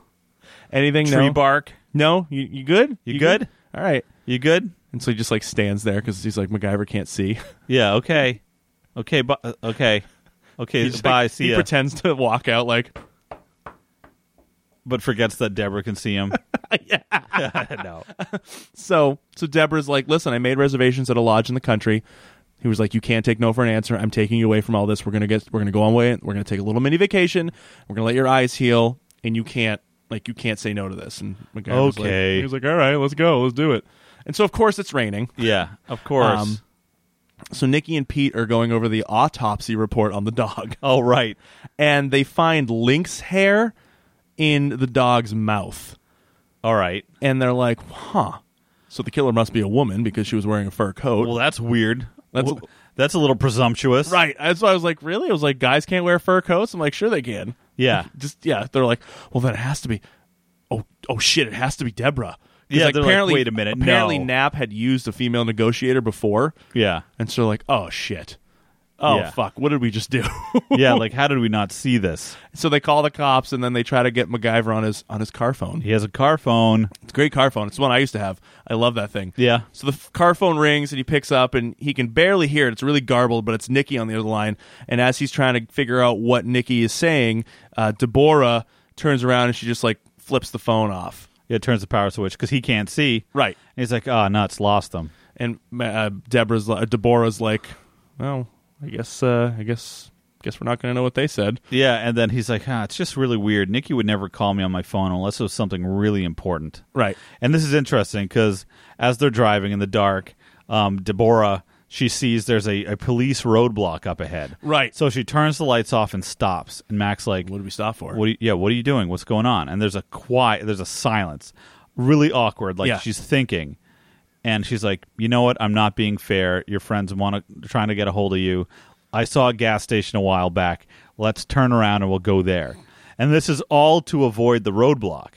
anything?
tree
no.
bark.
No, you, you good?
You good?
All right.
You good?
And so he just like stands there because he's like MacGyver can't see.
Yeah. Okay. Okay. Bu- uh, okay. Okay.
He's just,
Bye.
like,
see
he
ya.
pretends to walk out like
but forgets that Deborah can see him. yeah. no.
So so Deborah's like, listen, I made reservations at a lodge in the country. He was like, you can't take no for an answer. I'm taking you away from all this. We're gonna get we're gonna go on way. We're gonna take a little mini vacation. We're gonna let your eyes heal, and you can't like you can't say no to this. And MacGyver was like-
Okay.
he was like, all right, let's go, let's do it. And so of course it's raining.
Yeah. Of course.
Um, So Nikki and Pete are going over the autopsy report on the dog,
oh right.
and they find lynx hair in the dog's mouth.
All right.
and they're like, huh. So the killer must be a woman because she was wearing a fur coat.
Well, that's weird.
That's-
Well, that's a little presumptuous.
right. That's why I was like, really? I was like, guys can't wear fur coats? I'm like, sure they can.
Yeah.
Just yeah. They're like, well then it has to be oh oh shit, it has to be Deborah. 'Cause,
Yeah,
like,
they're like,
apparently,
wait a minute,
Apparently
no.
Knapp had used a female negotiator before.
Yeah.
And so they're like, oh shit. Oh
Yeah.
fuck, what did we just do?
Yeah. Like, how did we not see this?
so they call the cops and then they try to get MacGyver on his on his car phone.
He has a car phone.
It's a great car phone. It's the one I used to have. I love that thing.
Yeah.
So the f- car phone rings and he picks up and he can barely hear it. It's really garbled, but it's Nikki on the other line. And as he's trying to figure out what Nikki is saying, uh, Deborah turns around and she just like flips the phone off.
Yeah. Turns the power switch because he can't see.
Right.
And he's like, oh, nuts, lost them.
And uh, Deborah's li- uh, Deborah's like, well, I guess uh, I guess guess we're not going to know what they said.
Yeah. And then he's like, ah, it's just really weird. Nikki would never call me on my phone unless it was something really important.
Right.
And this is interesting because as they're driving in the dark, um, Deborah she sees there's a, a police roadblock up ahead.
Right.
So she turns the lights off and stops. And Max like,
What did we stop for?
What? Are you, yeah. What are you doing? What's going on? And there's a quiet. There's a silence. Really awkward. Like
Yeah.
she's thinking, and she's like, you know what? I'm not being fair. Your friends want to trying to get a hold of you. I saw a gas station a while back. Let's turn around and we'll go there. And this is all to avoid the roadblock.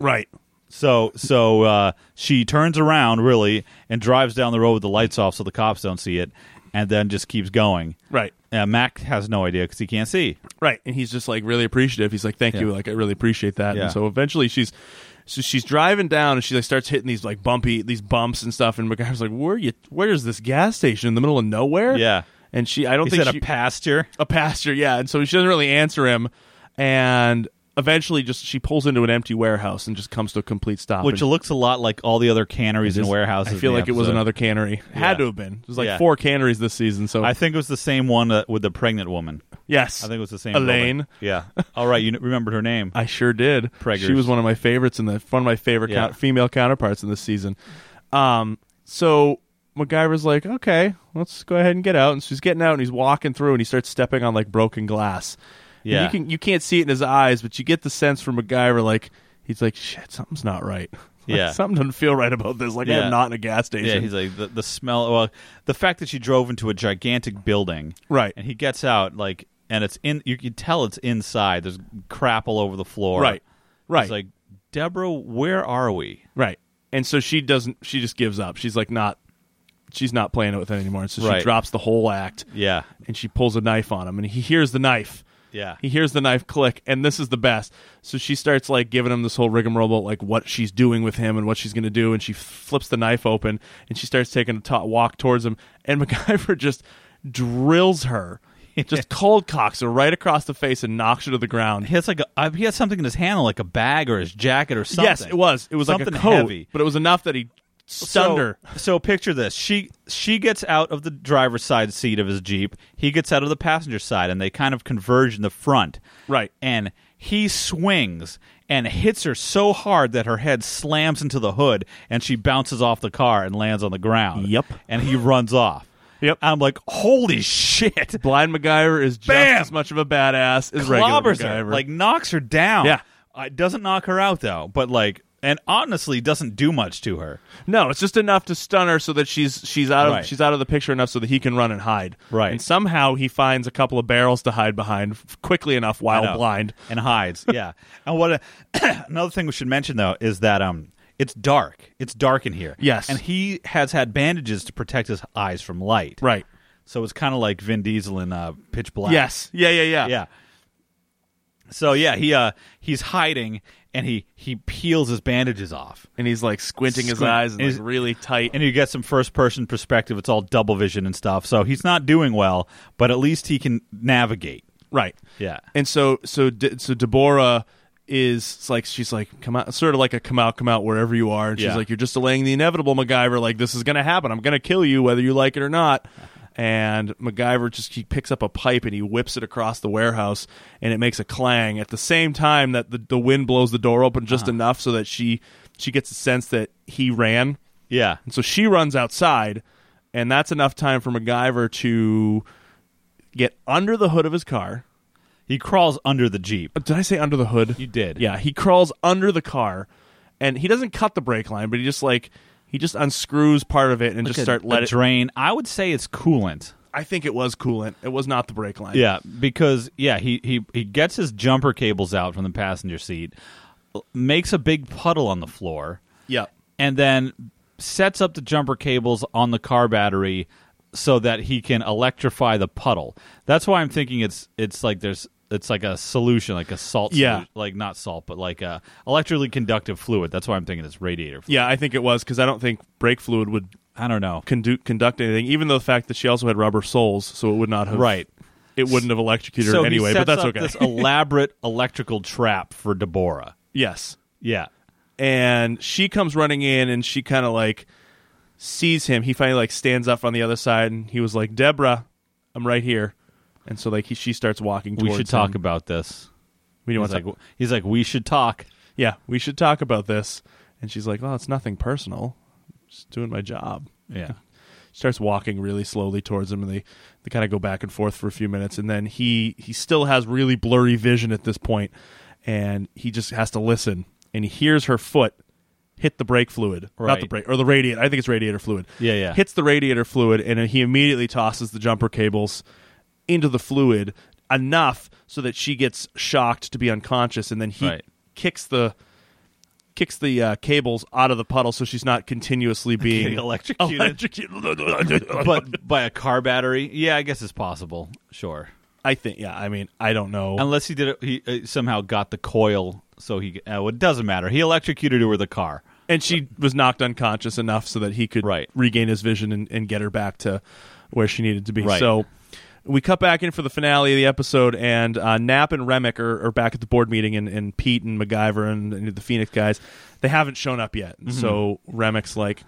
right.
So so uh, she turns around really and drives down the road with the lights off so the cops don't see it, and then just keeps going.
Right.
Uh, Mac has no idea because he can't see.
Right. And he's just like really appreciative. He's like, Thank you,
Yeah.
like I really appreciate that.
Yeah.
And so eventually she's so she's driving down and she like starts hitting these like bumpy these bumps and stuff and MacGyver's like, Where you where is this gas station in the middle of nowhere?
Yeah.
And she I don't
He's
think
at
she,
a pasture.
a pasture, yeah. And so she doesn't really answer him and eventually just she pulls into an empty warehouse and just comes to a complete stop.
which
and
looks a lot like all the other canneries and
just-
warehouses.
I
in
feel
the
like it was
episode.
another cannery.
Yeah.
Had to have been. It was like
Yeah.
four canneries this season. So
I think it was the same one uh, with the pregnant woman.
yes,
I think it was the same.
Elaine.
building. Yeah. All right, you kn- remembered her name.
I sure did.
Preggers.
She was one of my favorites in the one of my favorite
Yeah.
count, female counterparts in this season. Um, so MacGyver's like, okay, let's go ahead and get out. And she's getting out, and he's walking through, and he starts stepping on like broken glass. And
Yeah.
you can you can't see it in his eyes, but you get the sense from MacGyver like he's like, shit, something's not right. Like,
Yeah.
something doesn't feel right about this. Like I
Yeah.
am not in a gas station.
Yeah, he's like the, the smell. Well, the fact that she drove into a gigantic building,
Right.
And he gets out like, and it's in. You can tell it's inside. There's crap all over the floor,
right, right,
He's like, Deborah, where are we?
Right. And so she doesn't she just gives up. She's like not she's not playing it with it anymore. And so
Right.
she drops the whole act
Yeah,
and she pulls a knife on him and he hears the knife.
Yeah.
He hears the knife click, and this is the best. So she starts like giving him this whole rigmarole, like what she's doing with him and what she's gonna do, and she flips the knife open and she starts taking a to walk towards him, and MacGyver just drills her, just cold cocks her right across the face and knocks her to the ground.
He has like a, uh, he has something in his hand, like a bag or his jacket or something.
Yes, it was. It was
something
like a coat,
heavy.
but it was enough that he
so,
stunned her.
So picture this: she she gets out of the driver's side seat of his jeep. He gets out of the passenger side, and they kind of converge in the front.
Right.
And he swings and hits her so hard that her head slams into the hood, and she bounces off the car and lands on the ground.
Yep.
And he runs off.
Yep.
I'm like, holy shit!
Blind MacGyver is just
Bam!
as much of a badass as regular
clobbers
MacGyver.
her, like knocks her down.
Yeah.
uh, it doesn't knock her out though, but like, and honestly, doesn't do much to her.
No, it's just enough to stun her so that she's she's out of
Right.
she's out of the picture enough so that he can run and hide.
Right.
And somehow he finds a couple of barrels to hide behind f- quickly enough
I
while
know.
blind.
and hides. Yeah. and what a, another thing we should mention though is that um, it's dark. It's dark in here.
Yes.
and he has had bandages to protect his eyes from light.
Right.
So it's kind of like Vin Diesel in uh, Pitch Black.
Yes. Yeah. Yeah. Yeah.
Yeah. So yeah, he uh he's hiding and he he peels his bandages off.
And he's like squinting his
Squint.
eyes and
Is-
like, really tight.
and you get some first person perspective. It's all double vision and stuff. So he's not doing well, but at least he can navigate.
right.
Yeah.
And so so De- so Deborah is it's like she's like come out sort of like a come out come out wherever you are and she's
Yeah.
like you're just delaying the inevitable MacGyver like this is gonna happen I'm gonna kill you whether you like it or not and MacGyver just he picks up a pipe and he whips it across the warehouse and it makes a clang at the same time that the, the wind blows the door open just enough so that she she gets a sense that he ran
Yeah.
and so she runs outside, and that's enough time for MacGyver to get under the hood of his car.
He crawls under the Jeep.
Uh, Did I say under the hood?
You did.
Yeah, he crawls under the car, and he doesn't cut the brake line, but he just like he just unscrews part of it and just start
let
letting.
it drain. I would say it's coolant.
I think it was coolant. It was not the brake line.
Yeah, because yeah, he he he gets his jumper cables out from the passenger seat, l- makes a big puddle on the floor,
yeah.
and then sets up the jumper cables on the car battery so that he can electrify the puddle. That's why I'm thinking it's it's like there's it's like a solution, like a salt, solu-
Yeah.
like not salt, but like a electrically conductive fluid. That's why I'm thinking it's radiator. Fluid.
Yeah, I think it was because I don't think brake fluid would
I don't know.
condu- conduct anything, even though the fact that she also had rubber soles, so it would not have
Right.
It wouldn't have electrocuted
so
her anyway,
he sets
but that's
up
okay.
This elaborate electrical trap for Deborah.
yes,
Yeah,
and she comes running in and she kind of like sees him he finally like stands up on the other side and he was like deborah i'm right here and so like he, she starts walking
we
towards
should talk
him.
about this.
we don't
He's
want
like,
to
he's like, we should talk.
yeah we should talk about this and she's like well it's nothing personal just doing my job
Yeah,
starts walking really slowly towards him and they, they kind of go back and forth for a few minutes and then he he still has really blurry vision at this point and he just has to listen and he hears her foot hit the brake fluid not the
Right.
brake or the radiator i think it's radiator fluid
Yeah, yeah.
hits the radiator fluid and he immediately tosses the jumper cables into the fluid enough so that she gets shocked to be unconscious and then he
Right.
kicks the kicks the uh, cables out of the puddle so she's not continuously being
Getting electrocuted. but by a car battery. Yeah, I guess it's possible. Sure,
I think, yeah. I mean, I don't know.
unless he did it, he uh, somehow got the coil, so he. Uh, well, it doesn't matter. He electrocuted her with a car.
And she was knocked unconscious enough so that he could
Right.
regain his vision and, and get her back to where she needed to be.
Right.
So we cut back in for the finale of the episode, and uh, Knapp and Remick are, are back at the board meeting, and, and Pete and MacGyver and, and the Phoenix guys, they haven't shown up yet.
Mm-hmm.
So Remick's like,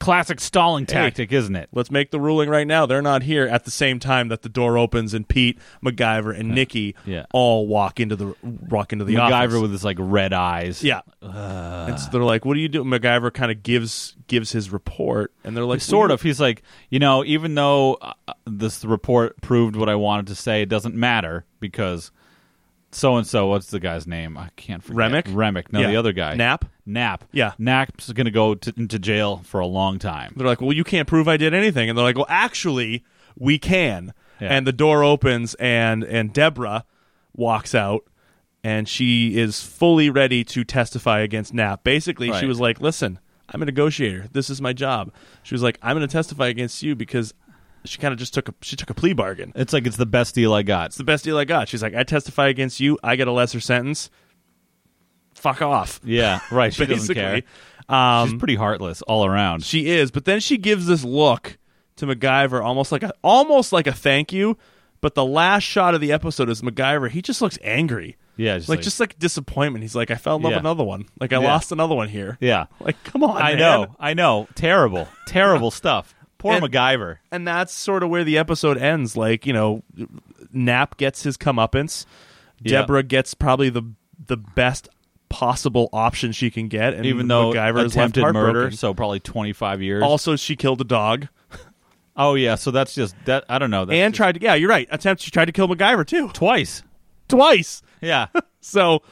Classic stalling tactic, isn't it?
Let's make the ruling right now. They're not here at the same time that the door opens and Pete, MacGyver, and Nikki
Yeah.
all walk into the walk into the
MacGyver
office.
with his like red eyes.
Yeah. and so they're like, "What do you do?" MacGyver kind of gives gives his report, and they're like,
Sort
"Well,
of. He's like, you know, even though uh, this report proved what I wanted to say, it doesn't matter because so and so, what's the guy's name? I can't forget.
Remick?
Remick. No,
Yeah.
the other guy.
Knapp?
Nap.
Yeah.
Nap's going to go to, into jail for a long time.
They're like, "Well, you can't prove I did anything," and they're like, "Well, actually, we can."
Yeah.
And the door opens, and and Deborah walks out, and she is fully ready to testify against Knapp. Basically,
Right.
she was like, "Listen, I'm a negotiator. This is my job." She was like, "I'm going to testify against you because she kind of just took a she took a plea bargain.
It's like it's the best deal I got.
It's the best deal I got. She's like, I testify against you. I get a lesser sentence. Fuck off.
Yeah, right. She doesn't care.
Basically, um,
She's pretty heartless all around.
She is, but then she gives this look to MacGyver, almost like a almost like a thank you. But the last shot of the episode is MacGyver. He just looks angry,
yeah, just
like,
like,
just like disappointment. He's like, I fell in love
Yeah.
with another one. Like I
Yeah.
lost another one here.
yeah.
Like come on,
I
man.
know, I know. Terrible, terrible stuff. Poor
And-
MacGyver.
And that's sort of where the episode ends. Like you know, Nap gets his comeuppance.
Yeah.
Deborah gets probably the the best possible option she can get, and
Even though
MacGyver is left
attempted murder,
heartbroken.
so probably twenty five years.
Also, she killed a dog.
oh yeah, so that's just that. I don't know. That's
and
just-
tried to yeah, you're right. Attempt she tried to kill MacGyver too
twice.
twice.
Yeah,
So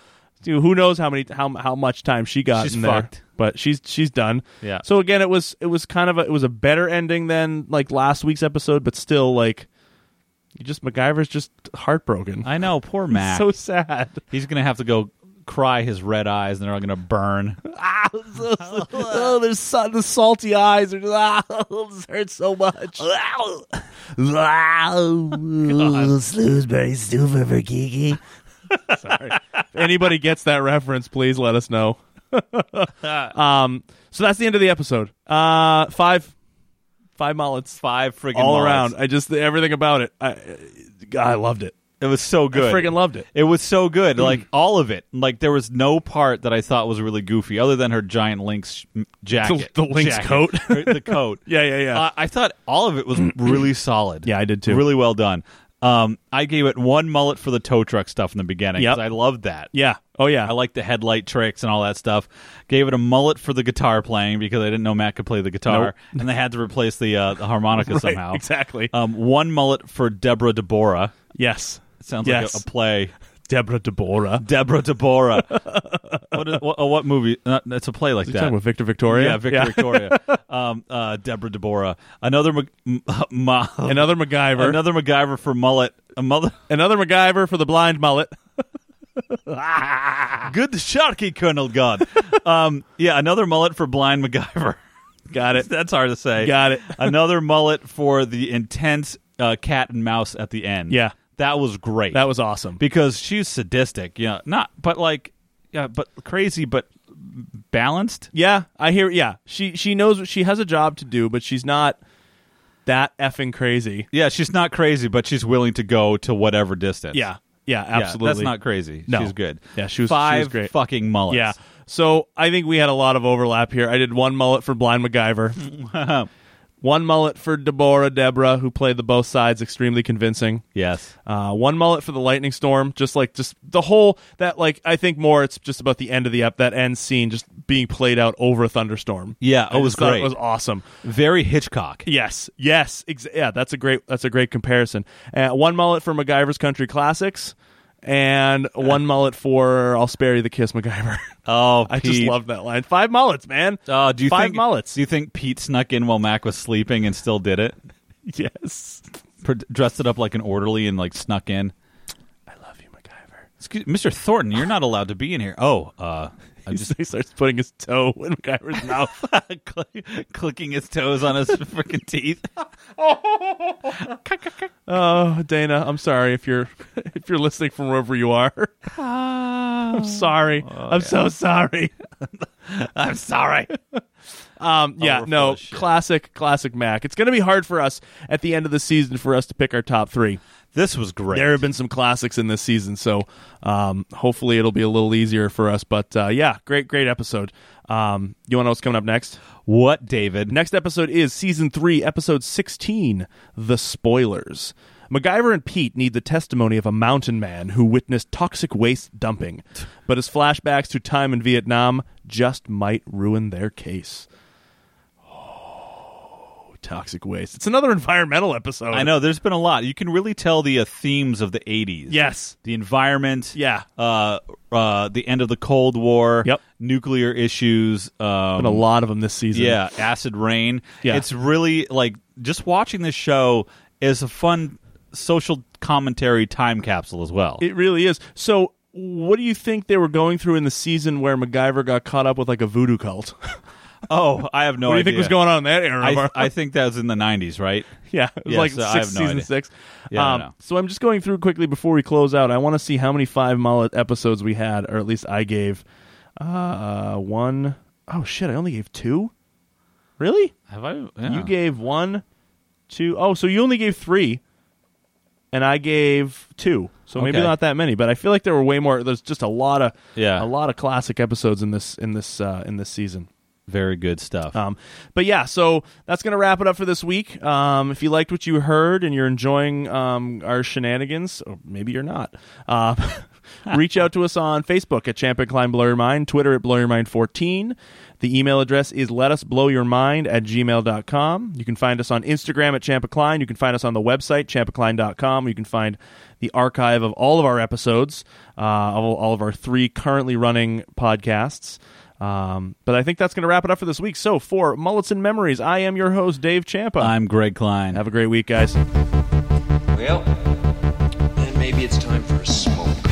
dude, who knows how many how how much time she got?
She's
in there.
fucked.
but she's she's done.
Yeah.
So again, it was it was kind of a, it was a better ending than like last week's episode, but still like you just MacGyver's just heartbroken.
I know. Poor Mac.
So sad.
He's gonna have to go cry his red eyes, and they're all gonna burn.
oh, there's so, the salty eyes. Are just, ah, this hurts so much.
Slewsbury Stufa for Kiki.
anybody gets that reference, please let us know. um, so that's the end of the episode. Uh, five, five mullets,
Five friggin'
all
mullets.
around. I just everything about it. I, I loved it.
It was so good.
I friggin' Mm. loved it.
It was so good, like all of it. Like there was no part that I thought was really goofy, other than her giant lynx sh- jacket,
The- the lynx
Jacket.
coat.
Her- the coat.
Yeah, yeah, yeah.
Uh, I thought all of it was really solid.
Yeah, I did too.
Really well done. Um, I gave it one mullet for the tow truck stuff in the beginning
Yep.
because I loved that.
yeah. Oh yeah.
I like the headlight tricks and all that stuff. Gave it a mullet for the guitar playing because I didn't know Matt could play the guitar, and they had to replace the uh, the harmonica
Right,
somehow.
exactly.
Um, one mullet for Deborah Deborah.
yes.
Sounds
yes.
like a, a play.
Deborah Deborah.
Deborah Deborah. what, is, what, oh, what movie? Not, it's a play like
You
that.
talking with Victor Victoria?
yeah, Victor Victoria. Um, uh, Deborah Deborah. Another Mac- m- ma-
Another MacGyver. Another,
another MacGyver for mullet. A mullet.
MacGyver for the blind mullet.
Good sharky, Colonel God. um, yeah, another mullet for blind MacGyver.
Got it.
That's hard to say.
Got it.
another mullet for the intense uh, cat and mouse at the end.
Yeah.
that was great.
That was awesome.
because she's sadistic. Yeah, not but like yeah, but crazy, but balanced.
Yeah, I hear. Yeah, she she knows she has a job to do, but she's not that effing crazy.
Yeah, she's not crazy, but she's willing to go to whatever distance.
Yeah, yeah,
Yeah,
absolutely.
that's not crazy.
No.
She's good.
Yeah, she was- she was
five
great.
fucking mullets.
Yeah. So I think we had a lot of overlap here. I did one mullet for Blind MacGyver, one mullet for Deborah Deborah, who played the both sides extremely convincing.
yes,
Uh, one mullet for the lightning storm, just like just the whole that like I think more it's just about the end of the up that end scene just being played out over a thunderstorm.
Yeah, it
I just
was
thought
great.
It was awesome.
very Hitchcock.
Yes, yes, ex- yeah. That's a great. That's a great comparison. Uh, one mullet for MacGyver's Country Classics, and
Uh,
one mullet for I'll spare you the kiss, MacGyver.
Oh,
I just
Pete.
love that line. Five mullets, man.
Uh, do you
Five
think
mullets?
Do you think Pete snuck in while Mac was sleeping and still did it?
yes.
Pr- dressed it up like an orderly and like snuck in.
I love you, MacGyver.
Excuse, Mr. Thornton, you're not allowed to be in here. Oh, uh, I just
He starts putting his toe in MacGyver's mouth.
cl- clicking his toes on his freaking teeth.
Oh, Dana, I'm sorry if you're if you're listening from wherever you are. Oh, I'm sorry. I'm so sorry.
I'm sorry.
Um, yeah,
Oh, we're full
no,
of shit.
classic, classic Mac. It's going to be hard for us at the end of the season for us to pick our top three.
This was great.
There have been some classics in this season, so um, hopefully it'll be a little easier for us. But uh, yeah, great, great episode. Um, you want to know what's coming up next?
what, David?
Next episode is season three, episode 16 The Spoilers. MacGyver and Pete need the testimony of a mountain man who witnessed toxic waste dumping, but his flashbacks to time in Vietnam just might ruin their case. Oh, toxic waste. It's another environmental episode.
I know there's been a lot. You can really tell the uh, themes of the 80s.
Yes.
The environment.
Yeah.
Uh, uh, the end of the Cold War.
Yep.
Nuclear issues. Um,
Been a lot of them this season.
yeah. Acid rain.
Yeah.
It's really like just watching this show is a fun social commentary time capsule as well.
It really is. So, what do you think they were going through in the season where MacGyver got caught up with like a voodoo cult?
Oh, I have no
what do you
idea.
think was going on in that era? of
I,
our-
I think that was in the 90s, right?
Yeah, it was
Yeah,
like
so I
six,
have no
season
idea.
six.
Yeah, I
Um,
know.
so I'm just going through quickly before we close out. I want to see how many five mullet episodes we had, or at least I gave uh, one. Oh shit! I only gave two. Really?
Have I? yeah.
You gave one, two. Oh, so you only gave three, and I gave two. So maybe
Okay.
not that many, but I feel like there were way more. There's just a lot of
Yeah.
a lot of classic episodes in this in this uh, in this season.
very good stuff.
Um, but yeah, so that's going to wrap it up for this week. Um, if you liked what you heard and you're enjoying um, our shenanigans, or maybe you're not, uh, reach out to us on Facebook at Champ and Klein Blow Your Mind, Twitter at Blow Your Mind 14. The email address is let us blow your mind at gmail.com. You can find us on Instagram at Champ and Klein. You can find us on the website, champacline.com. You can find the archive of all of our episodes, uh, all, all of our three currently running podcasts. Um, but I think that's going to wrap it up for this week. So for Mullets and Memories, I am your host, Dave Champa.
I'm Greg Klein.
Have a great week, guys.
Well, then maybe it's time for a smoke.